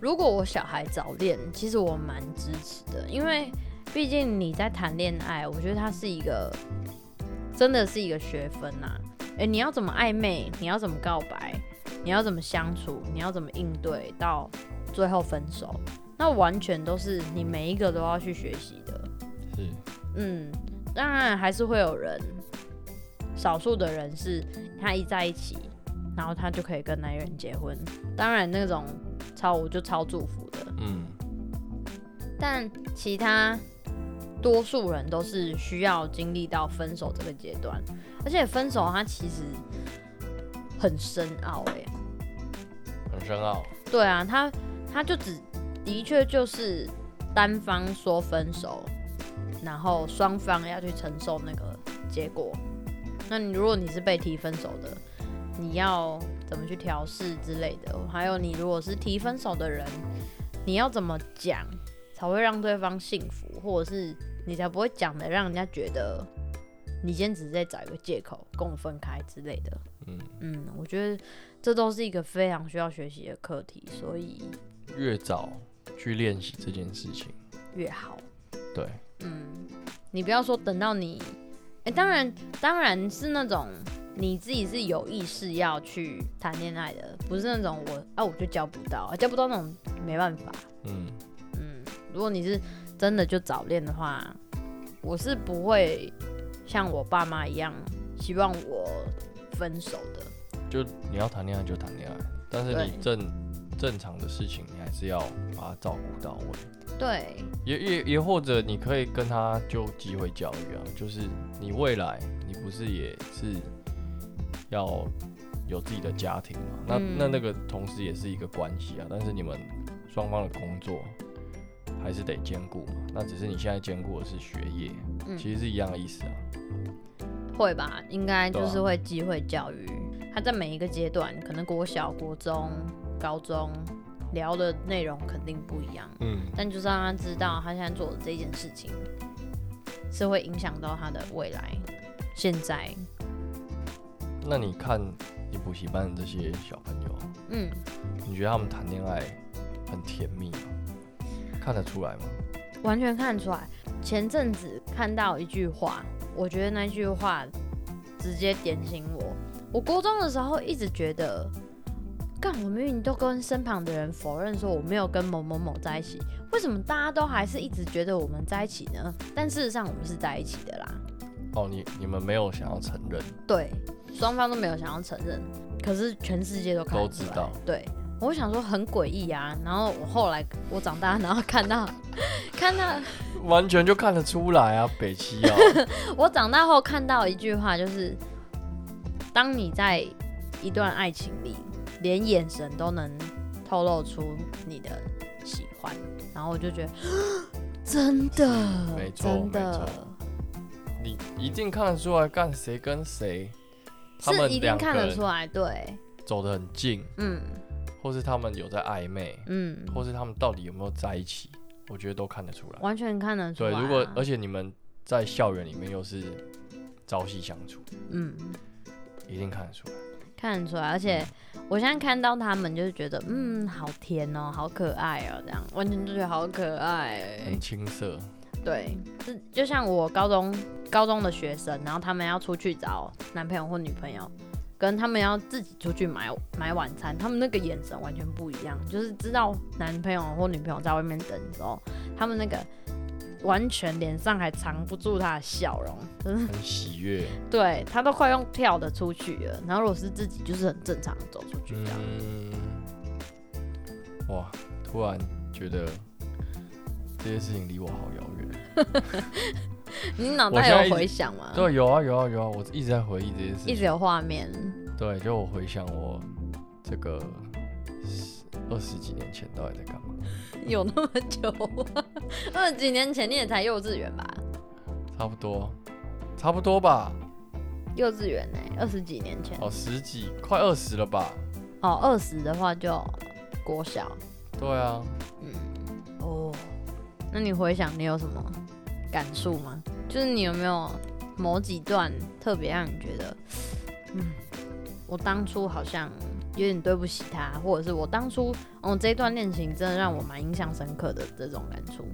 [SPEAKER 1] 如果我小孩早恋，其实我蛮支持的，因为毕竟你在谈恋爱，我觉得它是一个真的是一个学分呐、诶，你要怎么暧昧，你要怎么告白，你要怎么相处，你要怎么应对，到最后分手，那完全都是你每一个都要去学习的。
[SPEAKER 2] 是，
[SPEAKER 1] 嗯，当然还是会有人，少数的人是他一在一起，然后他就可以跟那个人结婚。当然那种超我就超祝福的，
[SPEAKER 2] 嗯，
[SPEAKER 1] 但其他多数人都是需要经历到分手这个阶段，而且分手它其实很深奥哎、
[SPEAKER 2] 很深奥。
[SPEAKER 1] 对啊，他他就只的确就是单方说分手，然后双方要去承受那个结果。那你如果你是被提分手的，你要怎么去调试之类的？还有你如果是提分手的人，你要怎么讲才会让对方幸福，或者是你才不会讲的让人家觉得你今天只是在找一个借口跟我分开之类的。
[SPEAKER 2] 嗯
[SPEAKER 1] 嗯，我觉得这都是一个非常需要学习的课题，所以
[SPEAKER 2] 越早去练习这件事情，
[SPEAKER 1] 越好。
[SPEAKER 2] 对，
[SPEAKER 1] 嗯，你不要说等到你，哎、当然当然是那种你自己是有意识要去谈恋爱的，不是那种我啊我就交不到，啊交不到那种没办法。
[SPEAKER 2] 嗯，
[SPEAKER 1] 嗯，如果你是真的就早恋的话，我是不会像我爸妈一样希望我分手的。
[SPEAKER 2] 就你要谈恋爱就谈恋爱，但是你正正常的事情，你还是要把它照顾到位。
[SPEAKER 1] 对，
[SPEAKER 2] 也也也或者你可以跟他就机会教育啊，就是你未来你不是也是要有自己的家庭嘛？那、
[SPEAKER 1] 嗯
[SPEAKER 2] 那那个同时也是一个关系啊，但是你们双方的工作还是得兼顾嘛。那只是你现在兼顾的是学业，
[SPEAKER 1] 嗯
[SPEAKER 2] 其实是一样的意思啊。
[SPEAKER 1] 会吧，应该就
[SPEAKER 2] 对
[SPEAKER 1] 是
[SPEAKER 2] 啊
[SPEAKER 1] 会机会教育。他在每一个阶段，可能国小、国中、高中聊的内容肯定不一样，
[SPEAKER 2] 嗯，
[SPEAKER 1] 但就是让他知道他现在做的这件事情是会影响到他的未来。现在，
[SPEAKER 2] 那你看你补习班的这些小朋友，
[SPEAKER 1] 嗯，
[SPEAKER 2] 你觉得他们谈恋爱很甜蜜吗？看得出来吗？
[SPEAKER 1] 完全看得出来。前阵子看到一句话，我觉得那句话直接点醒我。我高中的时候一直觉得，干我明明都跟身旁的人否认说我没有跟某某某在一起，为什么大家都还是一直觉得我们在一起呢？但事实上我们是在一起的啦。
[SPEAKER 2] 哦，你你们没有想要承认，
[SPEAKER 1] 对，双方都没有想要承认，可是全世界都看得
[SPEAKER 2] 都知
[SPEAKER 1] 出来
[SPEAKER 2] 道。
[SPEAKER 1] 对，我想说很诡异啊。然后我后来我长大，然后看到 看到
[SPEAKER 2] 完全就看得出来啊，北七啊，
[SPEAKER 1] 我长大后看到一句话，就是当你在一段爱情里，连眼神都能透露出你的喜欢，然后我就觉得 真的
[SPEAKER 2] 是没，错
[SPEAKER 1] 真
[SPEAKER 2] 没
[SPEAKER 1] 的
[SPEAKER 2] 错你一定看得出来，干谁跟谁，他
[SPEAKER 1] 是
[SPEAKER 2] 们
[SPEAKER 1] 一定
[SPEAKER 2] 两个
[SPEAKER 1] 看得
[SPEAKER 2] 人
[SPEAKER 1] 出来，对，
[SPEAKER 2] 走得很近，
[SPEAKER 1] 嗯
[SPEAKER 2] 或是他们有在暧昧，
[SPEAKER 1] 嗯，
[SPEAKER 2] 或是他们到底有没有在一起，我觉得都看得出来。
[SPEAKER 1] 完全看得出来
[SPEAKER 2] 对，
[SPEAKER 1] 啊、
[SPEAKER 2] 如果呃而且你们在校园里面又是朝夕相处，
[SPEAKER 1] 嗯
[SPEAKER 2] 一定看得出来。
[SPEAKER 1] 看得出来，而且我现在看到他们，就是觉得嗯，好甜哦，好可爱哦，这样完全就觉得好可爱、
[SPEAKER 2] 很青涩，
[SPEAKER 1] 对，是就像我高中高中的学生，然后他们要出去找男朋友或女朋友，跟他们要自己出去买买晚餐，他们那个眼神完全不一样，就是知道男朋友或女朋友在外面等的时候，他们那个完全脸上还藏不住他的笑容，真的，
[SPEAKER 2] 很喜悦，
[SPEAKER 1] 对他都快用跳的出去了。然后如果是自己，就是很正常地走出去这样。
[SPEAKER 2] 嗯，哇，突然觉得这些事情离我好遥远。
[SPEAKER 1] 你脑
[SPEAKER 2] 嗯我现在
[SPEAKER 1] 袋
[SPEAKER 2] 一
[SPEAKER 1] 有
[SPEAKER 2] 直
[SPEAKER 1] 回想吗？，
[SPEAKER 2] 对，有啊，有啊，有啊，我一直在回忆这些事
[SPEAKER 1] 一
[SPEAKER 2] 情。
[SPEAKER 1] 直有画面。
[SPEAKER 2] 对，就我回想我这个十二十几年前到底在干嘛，
[SPEAKER 1] 有那么久吗？ 二十几年前你也才幼稚园吧？
[SPEAKER 2] 差不多，差不多吧，
[SPEAKER 1] 幼稚园呢、二十几年前
[SPEAKER 2] 哦，十几，快二十了吧？
[SPEAKER 1] 哦，二十的话就国小
[SPEAKER 2] 对啊，
[SPEAKER 1] 哦。那你回想你有什么感触吗？就是你有没有某几段特别让你觉得，嗯，我当初好像有点对不起他，或者是我当初哦这一段恋情真的让我蛮印象深刻的这种感触，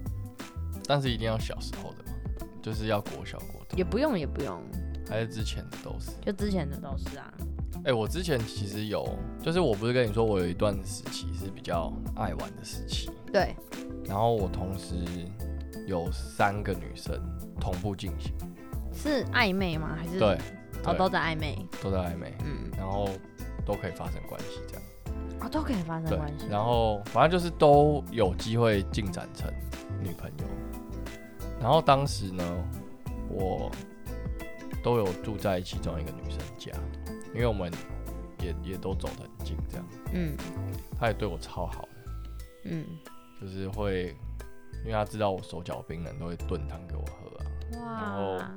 [SPEAKER 2] 但是一定要小时候的嘛，就是要国小国中，
[SPEAKER 1] 也不用也不用，
[SPEAKER 2] 还是之前的都是。
[SPEAKER 1] 就之前的都是啊，
[SPEAKER 2] 哎、我之前其实有，就是我不是跟你说我有一段时期是比较爱玩的时期，
[SPEAKER 1] 对，
[SPEAKER 2] 然后我同时有三个女生同步进行，
[SPEAKER 1] 是暧昧吗？还是
[SPEAKER 2] 对，
[SPEAKER 1] 哦
[SPEAKER 2] 对
[SPEAKER 1] 都在暧昧，
[SPEAKER 2] 都在暧昧，
[SPEAKER 1] 嗯
[SPEAKER 2] 然后都可以发生关系，这样
[SPEAKER 1] 哦，都可以发生关系
[SPEAKER 2] 对。。然后反正就是都有机会进展成女朋友。然后当时呢，我都有住在其中一个女生家，因为我们也也都走得很近，这样
[SPEAKER 1] 嗯
[SPEAKER 2] 她也对我超好的，
[SPEAKER 1] 嗯，
[SPEAKER 2] 就是会因为她知道我手脚冰冷，都会炖汤给我喝啊，然后
[SPEAKER 1] 哇，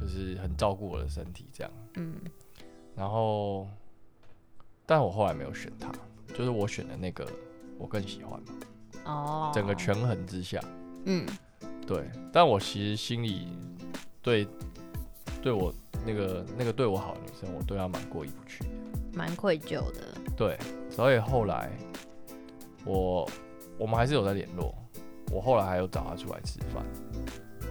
[SPEAKER 2] 就是很照顾我的身体这样。
[SPEAKER 1] 嗯
[SPEAKER 2] 然后，但我后来没有选他，就是我选的那个我更喜欢嘛。
[SPEAKER 1] 哦，
[SPEAKER 2] 整个权衡之下，
[SPEAKER 1] 嗯
[SPEAKER 2] 对，但我其实心里对对我那个那个对我好的女生，我对她蛮过意不去的。
[SPEAKER 1] 蛮愧疚的。
[SPEAKER 2] 对，所以后来我我们还是有在联络，我后来还有找她出来吃饭，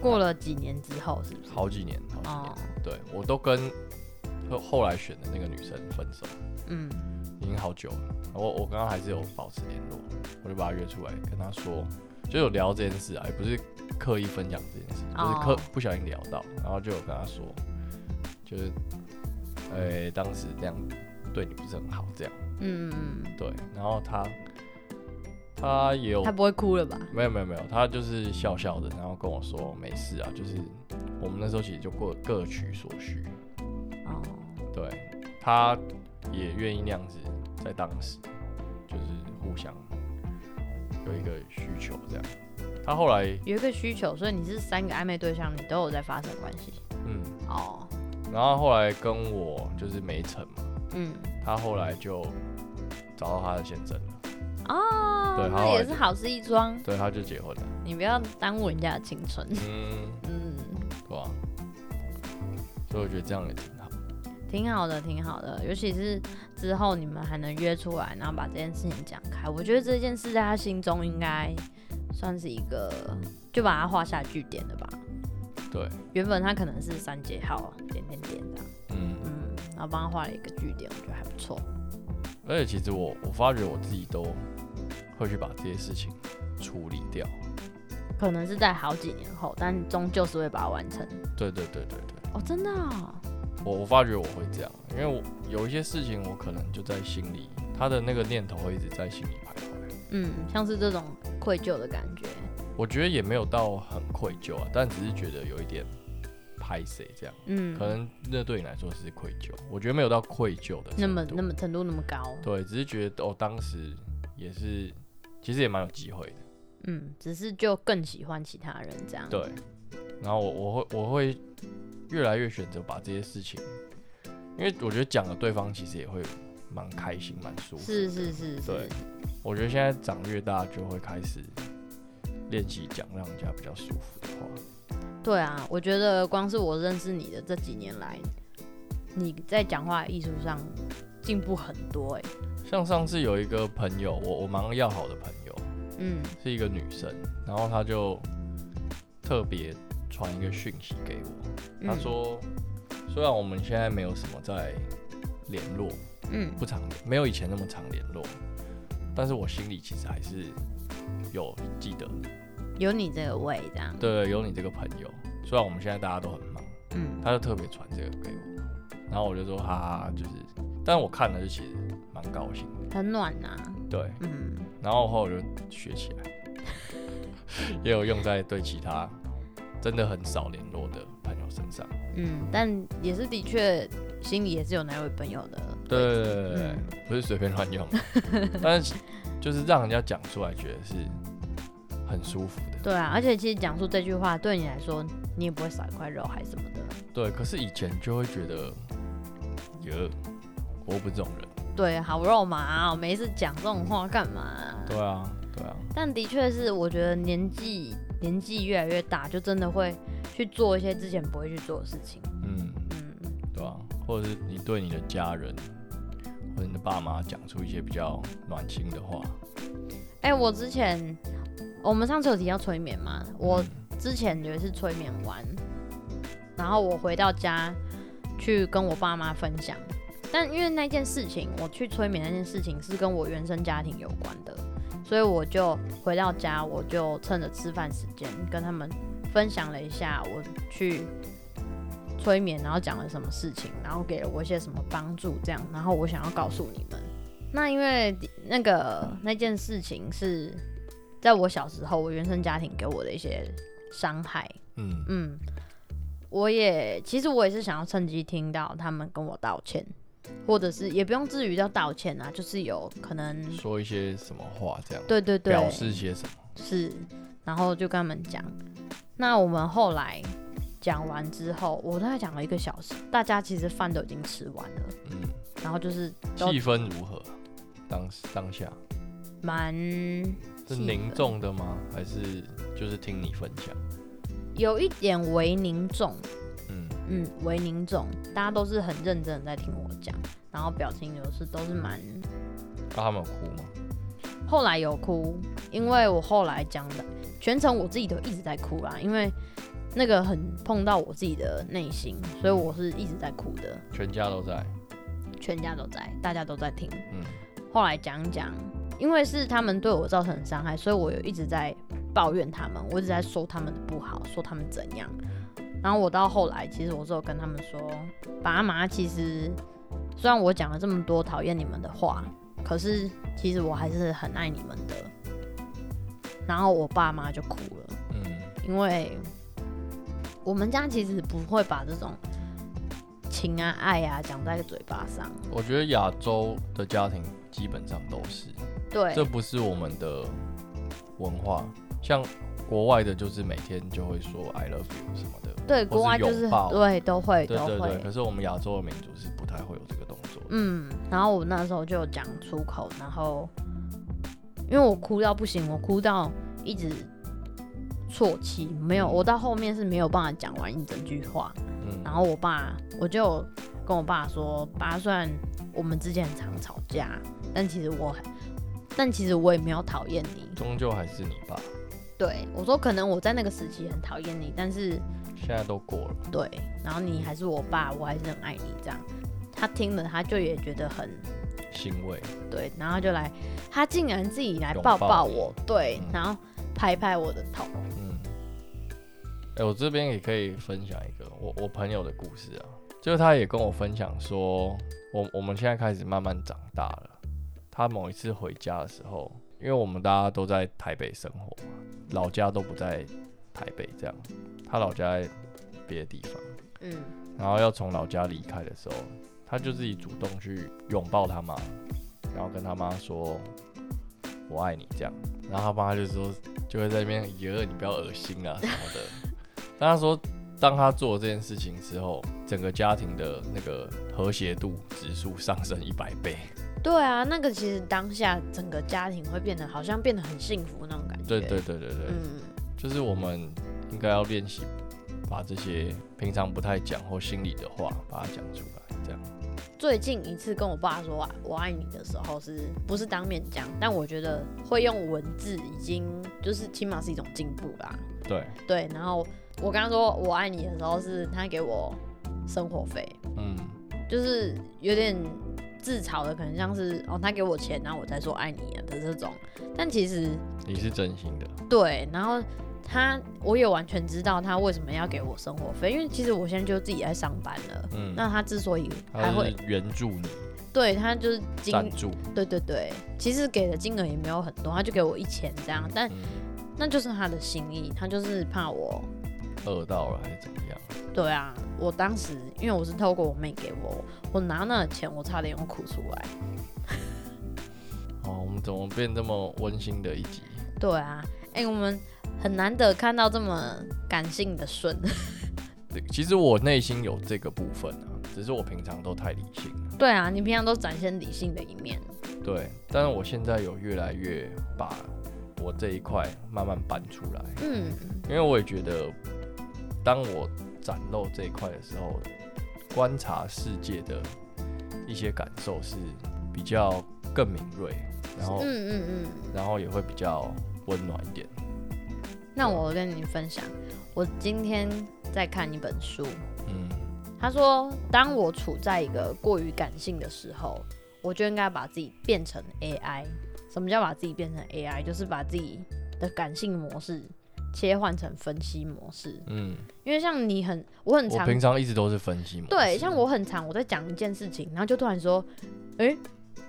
[SPEAKER 1] 过了几年之后，是不是？
[SPEAKER 2] 好几年，好几年，
[SPEAKER 1] 哦，
[SPEAKER 2] 对我都跟后后来选的那个女生分手。
[SPEAKER 1] 嗯
[SPEAKER 2] 已经好久了，我我刚刚还是有保持联络，我就把他约出来跟他说，就有聊这件事啊，也不是刻意分享这件事，就是刻、
[SPEAKER 1] 哦
[SPEAKER 2] 不小心聊到，然后就有跟他说，就是，哎、当时这样对你不是很好，这样
[SPEAKER 1] 嗯嗯，嗯
[SPEAKER 2] 对，然后他他也有
[SPEAKER 1] 他不会哭了吧？
[SPEAKER 2] 没有没有没有，他就是笑笑的，然后跟我说没事啊，就是我们那时候其实就各各取所需，
[SPEAKER 1] 哦，
[SPEAKER 2] 对，他也愿意那样子，在当时就是互相有一个需求这样。他后来，
[SPEAKER 1] 有一个需求，所以你是三个暧昧对象，你都有在发生关系。
[SPEAKER 2] 嗯，
[SPEAKER 1] 哦，
[SPEAKER 2] 然后后来跟我就是没成嘛，
[SPEAKER 1] 嗯，
[SPEAKER 2] 他后来就找到他的先生了，
[SPEAKER 1] 哦
[SPEAKER 2] 对，他
[SPEAKER 1] 那
[SPEAKER 2] 后来
[SPEAKER 1] 也是好事一桩，
[SPEAKER 2] 对，他就结婚了，
[SPEAKER 1] 你不要耽误人家的青春。
[SPEAKER 2] 嗯，
[SPEAKER 1] 嗯，
[SPEAKER 2] 对吧、所以我觉得这样也挺好，
[SPEAKER 1] 挺好的，挺好的，尤其是之后你们还能约出来，然后把这件事情讲开，我觉得这件事在他心中应该算是一个，就把它画下句点了吧。
[SPEAKER 2] 对，
[SPEAKER 1] 原本他可能是三节号点点点这样，
[SPEAKER 2] 嗯，
[SPEAKER 1] 嗯，然后帮他画了一个句点，我觉得还不错。
[SPEAKER 2] 而且其实我我发觉我自己都会去把这些事情处理掉，
[SPEAKER 1] 可能是在好几年后，但终究是会把它完成。
[SPEAKER 2] 对对对对对。
[SPEAKER 1] 哦，真的哦、
[SPEAKER 2] 我我发觉我会这样，因为我有一些事情我可能就在心里，他的那个念头会一直在心里徘徊。
[SPEAKER 1] 嗯，像是这种愧疚的感觉。
[SPEAKER 2] 我觉得也没有到很愧疚啊，但只是觉得有一点拍谁这样，
[SPEAKER 1] 嗯，
[SPEAKER 2] 可能那对你来说是愧疚。我觉得没有到愧疚的程度
[SPEAKER 1] 那么那么程度那么高，
[SPEAKER 2] 对，只是觉得哦，当时也是，其实也蛮有机会的。
[SPEAKER 1] 嗯，只是就更喜欢其他人这样。
[SPEAKER 2] 对，然后我我会我会越来越选择把这些事情，因为我觉得讲了对方其实也会蛮开心蛮舒服的。
[SPEAKER 1] 是是是
[SPEAKER 2] 对
[SPEAKER 1] 是，
[SPEAKER 2] 我觉得现在长越大就会开始练习讲让人家比较舒服的话。
[SPEAKER 1] 对啊，我觉得光是我认识你的这几年来，你在讲话艺术上进步很多哎、
[SPEAKER 2] 像上次有一个朋友，我我蛮要好的朋友，
[SPEAKER 1] 嗯，
[SPEAKER 2] 是一个女生，然后她就特别传一个讯息给我，
[SPEAKER 1] 嗯
[SPEAKER 2] 她，说、虽然我们现在没有什么在联络，
[SPEAKER 1] 嗯
[SPEAKER 2] 不常没有以前那么常联络，但是我心里其实还是有记得，
[SPEAKER 1] 有你这个味这样，
[SPEAKER 2] 对，有你这个朋友。虽然我们现在大家都很忙。
[SPEAKER 1] 嗯
[SPEAKER 2] 他就特别传这个给我，然后我就说哈、哈，就是，但我看了就其实蛮高兴的，
[SPEAKER 1] 很暖呐、啊，
[SPEAKER 2] 对，
[SPEAKER 1] 嗯，
[SPEAKER 2] 然后后来我就学起来， 也有用在对其他真的很少联络的朋友身上，
[SPEAKER 1] 嗯，但也是的确心里也是有那位朋友的，
[SPEAKER 2] 对嗯对对对对，不是随便乱 用，但是就是让人家讲出来觉得是很舒服的，
[SPEAKER 1] 对啊，而且其实讲述这句话对你来说，你也不会少一块肉还什么的，
[SPEAKER 2] 对，可是以前就会觉得，哟，我又不是这种人，
[SPEAKER 1] 对，好肉麻、哦，没事讲这种话干嘛？
[SPEAKER 2] 对啊，对啊，
[SPEAKER 1] 但的确是，我觉得年纪年纪越来越大，就真的会去做一些之前不会去做的事情，
[SPEAKER 2] 嗯。
[SPEAKER 1] 嗯，
[SPEAKER 2] 对啊，或者是你对你的家人或者你的爸妈讲出一些比较暖心的话，
[SPEAKER 1] 哎、我之前。我们上次有提到催眠嘛？我
[SPEAKER 2] 嗯
[SPEAKER 1] 之前有一次催眠完，然后我回到家去跟我爸妈分享，但因为那件事情，我去催眠那件事情是跟我原生家庭有关的，所以我就回到家，我就趁着吃饭时间跟他们分享了一下我去催眠，然后讲了什么事情，然后给了我一些什么帮助，这样，然后我想要告诉你们。那因为那个那件事情是在我小时候，我原生家庭给我的一些伤害，
[SPEAKER 2] 嗯
[SPEAKER 1] 嗯，我也其实我也是想要趁机听到他们跟我道歉，或者是也不用至于要道歉啊，就是有可能，
[SPEAKER 2] 嗯说一些什么话这样，
[SPEAKER 1] 对对对，
[SPEAKER 2] 表示些什么？
[SPEAKER 1] 是，然后就跟他们讲。那我们后来讲完之后，我大概讲了一个小时，大家其实饭都已经吃完了，
[SPEAKER 2] 嗯，
[SPEAKER 1] 然后就是都
[SPEAKER 2] 气氛如何？当时当下
[SPEAKER 1] 蛮
[SPEAKER 2] 是
[SPEAKER 1] 气
[SPEAKER 2] 凝
[SPEAKER 1] 氛
[SPEAKER 2] 重的吗？还是就是听你分享？
[SPEAKER 1] 有一点为凝重，
[SPEAKER 2] 嗯，
[SPEAKER 1] 嗯，为凝重，大家都是很认真的在听我讲，然后表情有时都是蛮。
[SPEAKER 2] 那、啊他们有哭吗？
[SPEAKER 1] 后来有哭，因为我后来讲的全程我自己都一直在哭啦，因为那个很碰到我自己的内心，所以我是一直在哭的，
[SPEAKER 2] 全家都在。
[SPEAKER 1] 全家都在，大家都在听。
[SPEAKER 2] 嗯
[SPEAKER 1] 后来讲一讲，因为是他们对我造成的伤害，所以我有一直在抱怨他们，我一直在说他们的不好，说他们怎样。然后我到后来，其实我是有跟他们说，爸妈其实虽然我讲了这么多讨厌你们的话，可是其实我还是很爱你们的。然后我爸妈就哭了。
[SPEAKER 2] 嗯
[SPEAKER 1] 因为我们家其实不会把这种情啊、爱啊讲在嘴巴上。
[SPEAKER 2] 我觉得亚洲的家庭基本上都是，
[SPEAKER 1] 对
[SPEAKER 2] 这不是我们的文化。像国外的，就是每天就会说 “I love you” 什么的，
[SPEAKER 1] 对，国外就
[SPEAKER 2] 或是
[SPEAKER 1] 是
[SPEAKER 2] 拥抱
[SPEAKER 1] 对都会
[SPEAKER 2] 对
[SPEAKER 1] 都
[SPEAKER 2] 对对。
[SPEAKER 1] 会
[SPEAKER 2] 可。是我们亚洲的民族是不太会有这个动作的。
[SPEAKER 1] 嗯，然后我那时候就讲出口，然后因为我哭到不行，我哭到一直啜泣，没有，我到后面是没有办法讲完一整句话。
[SPEAKER 2] 嗯
[SPEAKER 1] 然后我爸，我就跟我爸说，爸，虽然我们之前很常吵架，但其实我，但其实我也没有讨厌你。
[SPEAKER 2] 终究还是你爸。
[SPEAKER 1] 对我说，可能我在那个时期很讨厌你，但是
[SPEAKER 2] 现在都过了，
[SPEAKER 1] 对，然后
[SPEAKER 2] 嗯
[SPEAKER 1] 你还是我爸，我还是很爱你这样。他听了，他就也觉得很
[SPEAKER 2] 欣慰。
[SPEAKER 1] 对，然后就来，他竟然自己来
[SPEAKER 2] 拥
[SPEAKER 1] 抱
[SPEAKER 2] 抱
[SPEAKER 1] 抱
[SPEAKER 2] 你
[SPEAKER 1] 我，对，
[SPEAKER 2] 嗯
[SPEAKER 1] 然后拍拍我的头，
[SPEAKER 2] 嗯，哎、我这边也可以分享一个我我朋友的故事啊，就是他也跟我分享说，我我们现在开始慢慢长大了。他某一次回家的时候，因为我们大家都在台北生活嘛，老家都不在台北，这样，他老家在别的地方，
[SPEAKER 1] 嗯，
[SPEAKER 2] 然后要从老家离开的时候，他就自己主动去拥抱他妈，然后跟他妈说“我爱你”这样，然后他妈就说就会在那边“耶，你不要恶心 啊”什么的。但他说，当他做这件事情之后，整个家庭的那个和谐度指数上升一百倍。
[SPEAKER 1] 对啊，那个其实当下整个家庭会变得好像变得很幸福那种感觉，
[SPEAKER 2] 对对对对对，
[SPEAKER 1] 嗯，
[SPEAKER 2] 就是我们应该要练习把这些平常不太讲或心里的话把它讲出来，这样。
[SPEAKER 1] 最近一次跟我爸说“我爱你”的时候是，不是当面讲？但我觉得会用文字已经就是起码是一种进步啦。
[SPEAKER 2] 对，
[SPEAKER 1] 对，然后我跟他说“我爱你”的时候是他给我生活费，
[SPEAKER 2] 嗯，
[SPEAKER 1] 就是有点自嘲的，可能像是哦他给我钱，然后我才说爱你啊的这种。但其实
[SPEAKER 2] 嗯你是真心的。
[SPEAKER 1] 对，然后他我也完全知道他为什么要给我生活费，因为其实我现在就自己在上班了。
[SPEAKER 2] 嗯，
[SPEAKER 1] 那他之所以还
[SPEAKER 2] 他
[SPEAKER 1] 会
[SPEAKER 2] 是援助你，
[SPEAKER 1] 对他就是经
[SPEAKER 2] 赞助，
[SPEAKER 1] 对对对，其实给的金额也没有很多，他就给我一千这样，但
[SPEAKER 2] 嗯，
[SPEAKER 1] 那就是他的心意，他就是怕我。
[SPEAKER 2] 饿到了还是怎么样？
[SPEAKER 1] 对啊，我当时因为我是透过我妹给我，我拿那个钱，我差点要哭出来。
[SPEAKER 2] 哦，我们怎么变这么温馨的一集？
[SPEAKER 1] 对啊，哎、我们很难得看到这么感性的 顺。
[SPEAKER 2] 对其实我内心有这个部分啊，只是我平常都太理性了。
[SPEAKER 1] 对啊，你平常都展现理性的一面。
[SPEAKER 2] 对，但是我现在有越来越把我这一块慢慢搬出来，
[SPEAKER 1] 嗯，
[SPEAKER 2] 因为我也觉得，当我展露这一块的时候，观察世界的一些感受是比较更敏锐，然后
[SPEAKER 1] 嗯嗯嗯。
[SPEAKER 2] 然后也会比较温暖一点。
[SPEAKER 1] 那我跟你分享，我今天在看一本书，
[SPEAKER 2] 嗯
[SPEAKER 1] 他说：“当我处在一个过于感性的时候，我就应该把自己变成 AI。什么叫把自己变成 AI？就是把自己的感性模式切换成分析模式，
[SPEAKER 2] 嗯，
[SPEAKER 1] 因为像你很，我很
[SPEAKER 2] 我
[SPEAKER 1] 常
[SPEAKER 2] 平常一直都是分析模式
[SPEAKER 1] 对，像我很常我在讲一件事情，然后就突然说，诶，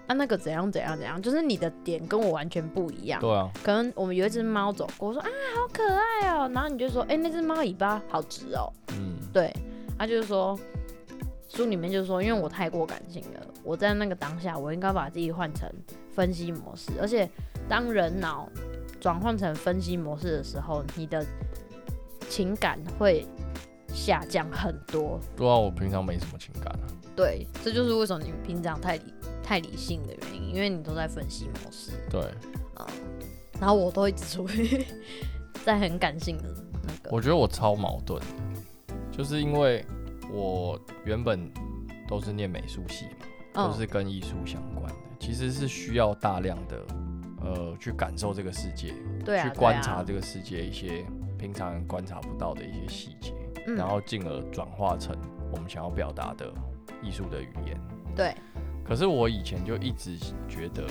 [SPEAKER 1] 啊那个怎样怎样怎样，就是你的点跟我完全不一样。
[SPEAKER 2] 对啊，
[SPEAKER 1] 可能我们有一只猫走过，我说啊好可爱哦、然后你就说，诶，那只猫尾巴好直哦、
[SPEAKER 2] 嗯，
[SPEAKER 1] 对，他就是说，书里面就说，因为我太过感性了，我在那个当下，我应该把自己换成分析模式。而且，当人脑转换成分析模式的时候，你的情感会下降很多。
[SPEAKER 2] 对啊，我平常没什么情感啊，
[SPEAKER 1] 对，这就是为什么你平常太理太理性的原因，因为你都在分析模式，
[SPEAKER 2] 对，
[SPEAKER 1] 然后我都一直处于 在很感性的那个。
[SPEAKER 2] 我觉得我超矛盾的，就是因为我原本都是念美术系嘛，
[SPEAKER 1] 嗯
[SPEAKER 2] 都是跟艺术相关的，其实是需要大量的呃去感受这个世界，
[SPEAKER 1] 对啊，
[SPEAKER 2] 去观察这
[SPEAKER 1] 个，
[SPEAKER 2] 个世界一些平常人观察不到的一些细节，
[SPEAKER 1] 嗯
[SPEAKER 2] 然后进而转化成我们想要表达的艺术的语言。
[SPEAKER 1] 对，
[SPEAKER 2] 可是我以前就一直觉得，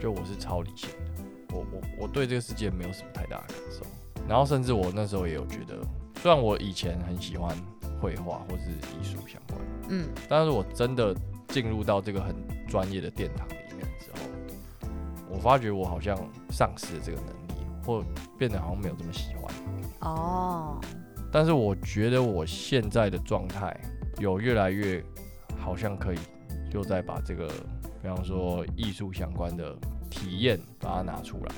[SPEAKER 2] 就我是超理性的，我我我对这个世界没有什么太大的感受。然后甚至我那时候也有觉得，虽然我以前很喜欢绘画或是艺术相关，
[SPEAKER 1] 嗯，
[SPEAKER 2] 但是我真的进入到这个很专业的殿堂里面之后，我发觉我好像丧失了这个能力，或变得好像没有这么喜欢。
[SPEAKER 1] 哦，
[SPEAKER 2] 但是我觉得我现在的状态有越来越好像可以又再把这个，比方说艺术相关的体验把它拿出来。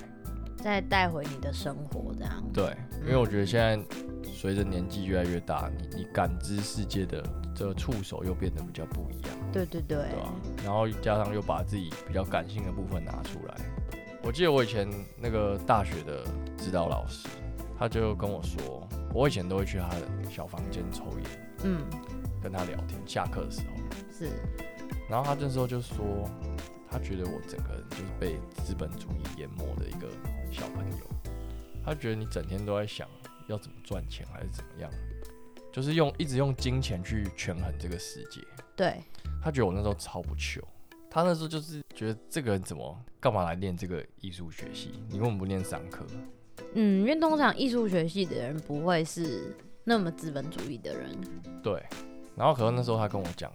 [SPEAKER 1] 再带回你的生活这样。
[SPEAKER 2] 对，因为我觉得现在随着年纪越来越大，你你感知世界的这个触手又变得比较不一样。
[SPEAKER 1] 对对对，
[SPEAKER 2] 对啊，然后加上又把自己比较感性的部分拿出来。我记得我以前那个大学的指导老师，他就跟我说，我以前都会去他的小房间抽烟，
[SPEAKER 1] 嗯，
[SPEAKER 2] 跟他聊天，下课的时候。
[SPEAKER 1] 是，
[SPEAKER 2] 然后他这时候就说，他觉得我整个人就是被资本主义淹没的一个小朋友。他觉得你整天都在想要怎么赚钱，还是怎么样，就是用一直用金钱去权衡这个世界。
[SPEAKER 1] 对，
[SPEAKER 2] 他觉得我那时候超不糗，他那时候就是觉得这个人怎么干嘛来念这个艺术学系？你为什么不念商科？
[SPEAKER 1] 嗯，因为通常艺术学系的人不会是那么资本主义的人，
[SPEAKER 2] 对，然后可能那时候他跟我讲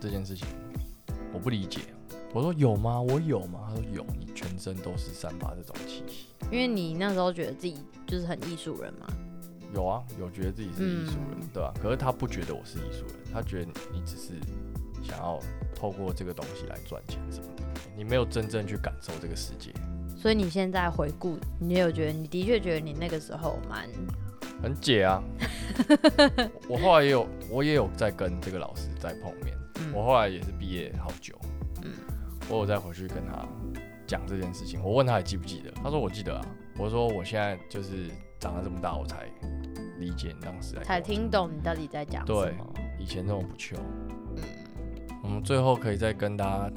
[SPEAKER 2] 这件事情，我不理解。我说有吗？我有吗？他说有，你全身都是散发这种气息。
[SPEAKER 1] 因为你那时候觉得自己就是很艺术人嘛，
[SPEAKER 2] 有啊，有觉得自己是艺术人，对吧、啊可是他不觉得我是艺术人，他觉得你只是想要透过这个东西来赚钱什么的，你没有真正去感受这个世界。
[SPEAKER 1] 所以你现在回顾，你也有觉得你的确觉得你那个时候蛮，
[SPEAKER 2] 很解啊。我后来也有，我也有在跟这个老师在碰面。我
[SPEAKER 1] 嗯
[SPEAKER 2] 后来也是毕业好久，
[SPEAKER 1] 嗯
[SPEAKER 2] 我有再回去跟他讲这件事情。我问他还记不记得，他说我记得啊。我说我现在就是长了这么大，我才理解你当时在跟我
[SPEAKER 1] 才听懂你到底在讲什
[SPEAKER 2] 对
[SPEAKER 1] 么，
[SPEAKER 2] 以前那么不求。
[SPEAKER 1] 嗯
[SPEAKER 2] 我们最后可以再跟大家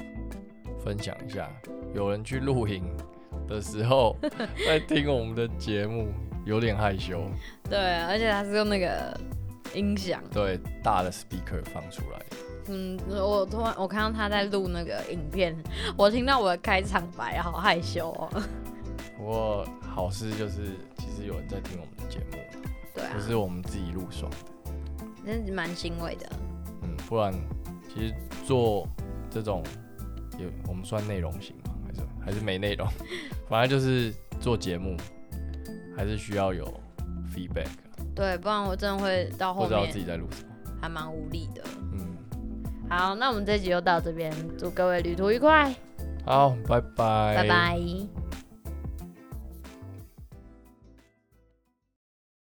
[SPEAKER 2] 分享一下，有人去露营的时候在听我们的节目， 有点害羞。
[SPEAKER 1] 对，而且他是用那个音响，
[SPEAKER 2] 对大的 speaker 放出来，
[SPEAKER 1] 嗯，我突然我看到他在录那个影片，我听到我的开场白，好害羞哦，
[SPEAKER 2] 不过好事就是其实有人在听我们的节目，
[SPEAKER 1] 对啊
[SPEAKER 2] 不，是我们自己录爽的，
[SPEAKER 1] 真是蛮欣慰的，
[SPEAKER 2] 嗯，不然其实做这种有我们算内容型吗？还是还是没内容？ 反正就是做节目还是需要有 feedback，
[SPEAKER 1] 对，不然我真的会到
[SPEAKER 2] 不
[SPEAKER 1] 后
[SPEAKER 2] 知道自己
[SPEAKER 1] 面
[SPEAKER 2] 在录什么，
[SPEAKER 1] 还蛮无力的。
[SPEAKER 2] 嗯，
[SPEAKER 1] 好，那我们这集就到这边，祝各位旅途愉快，
[SPEAKER 2] 好，拜拜，
[SPEAKER 1] 拜拜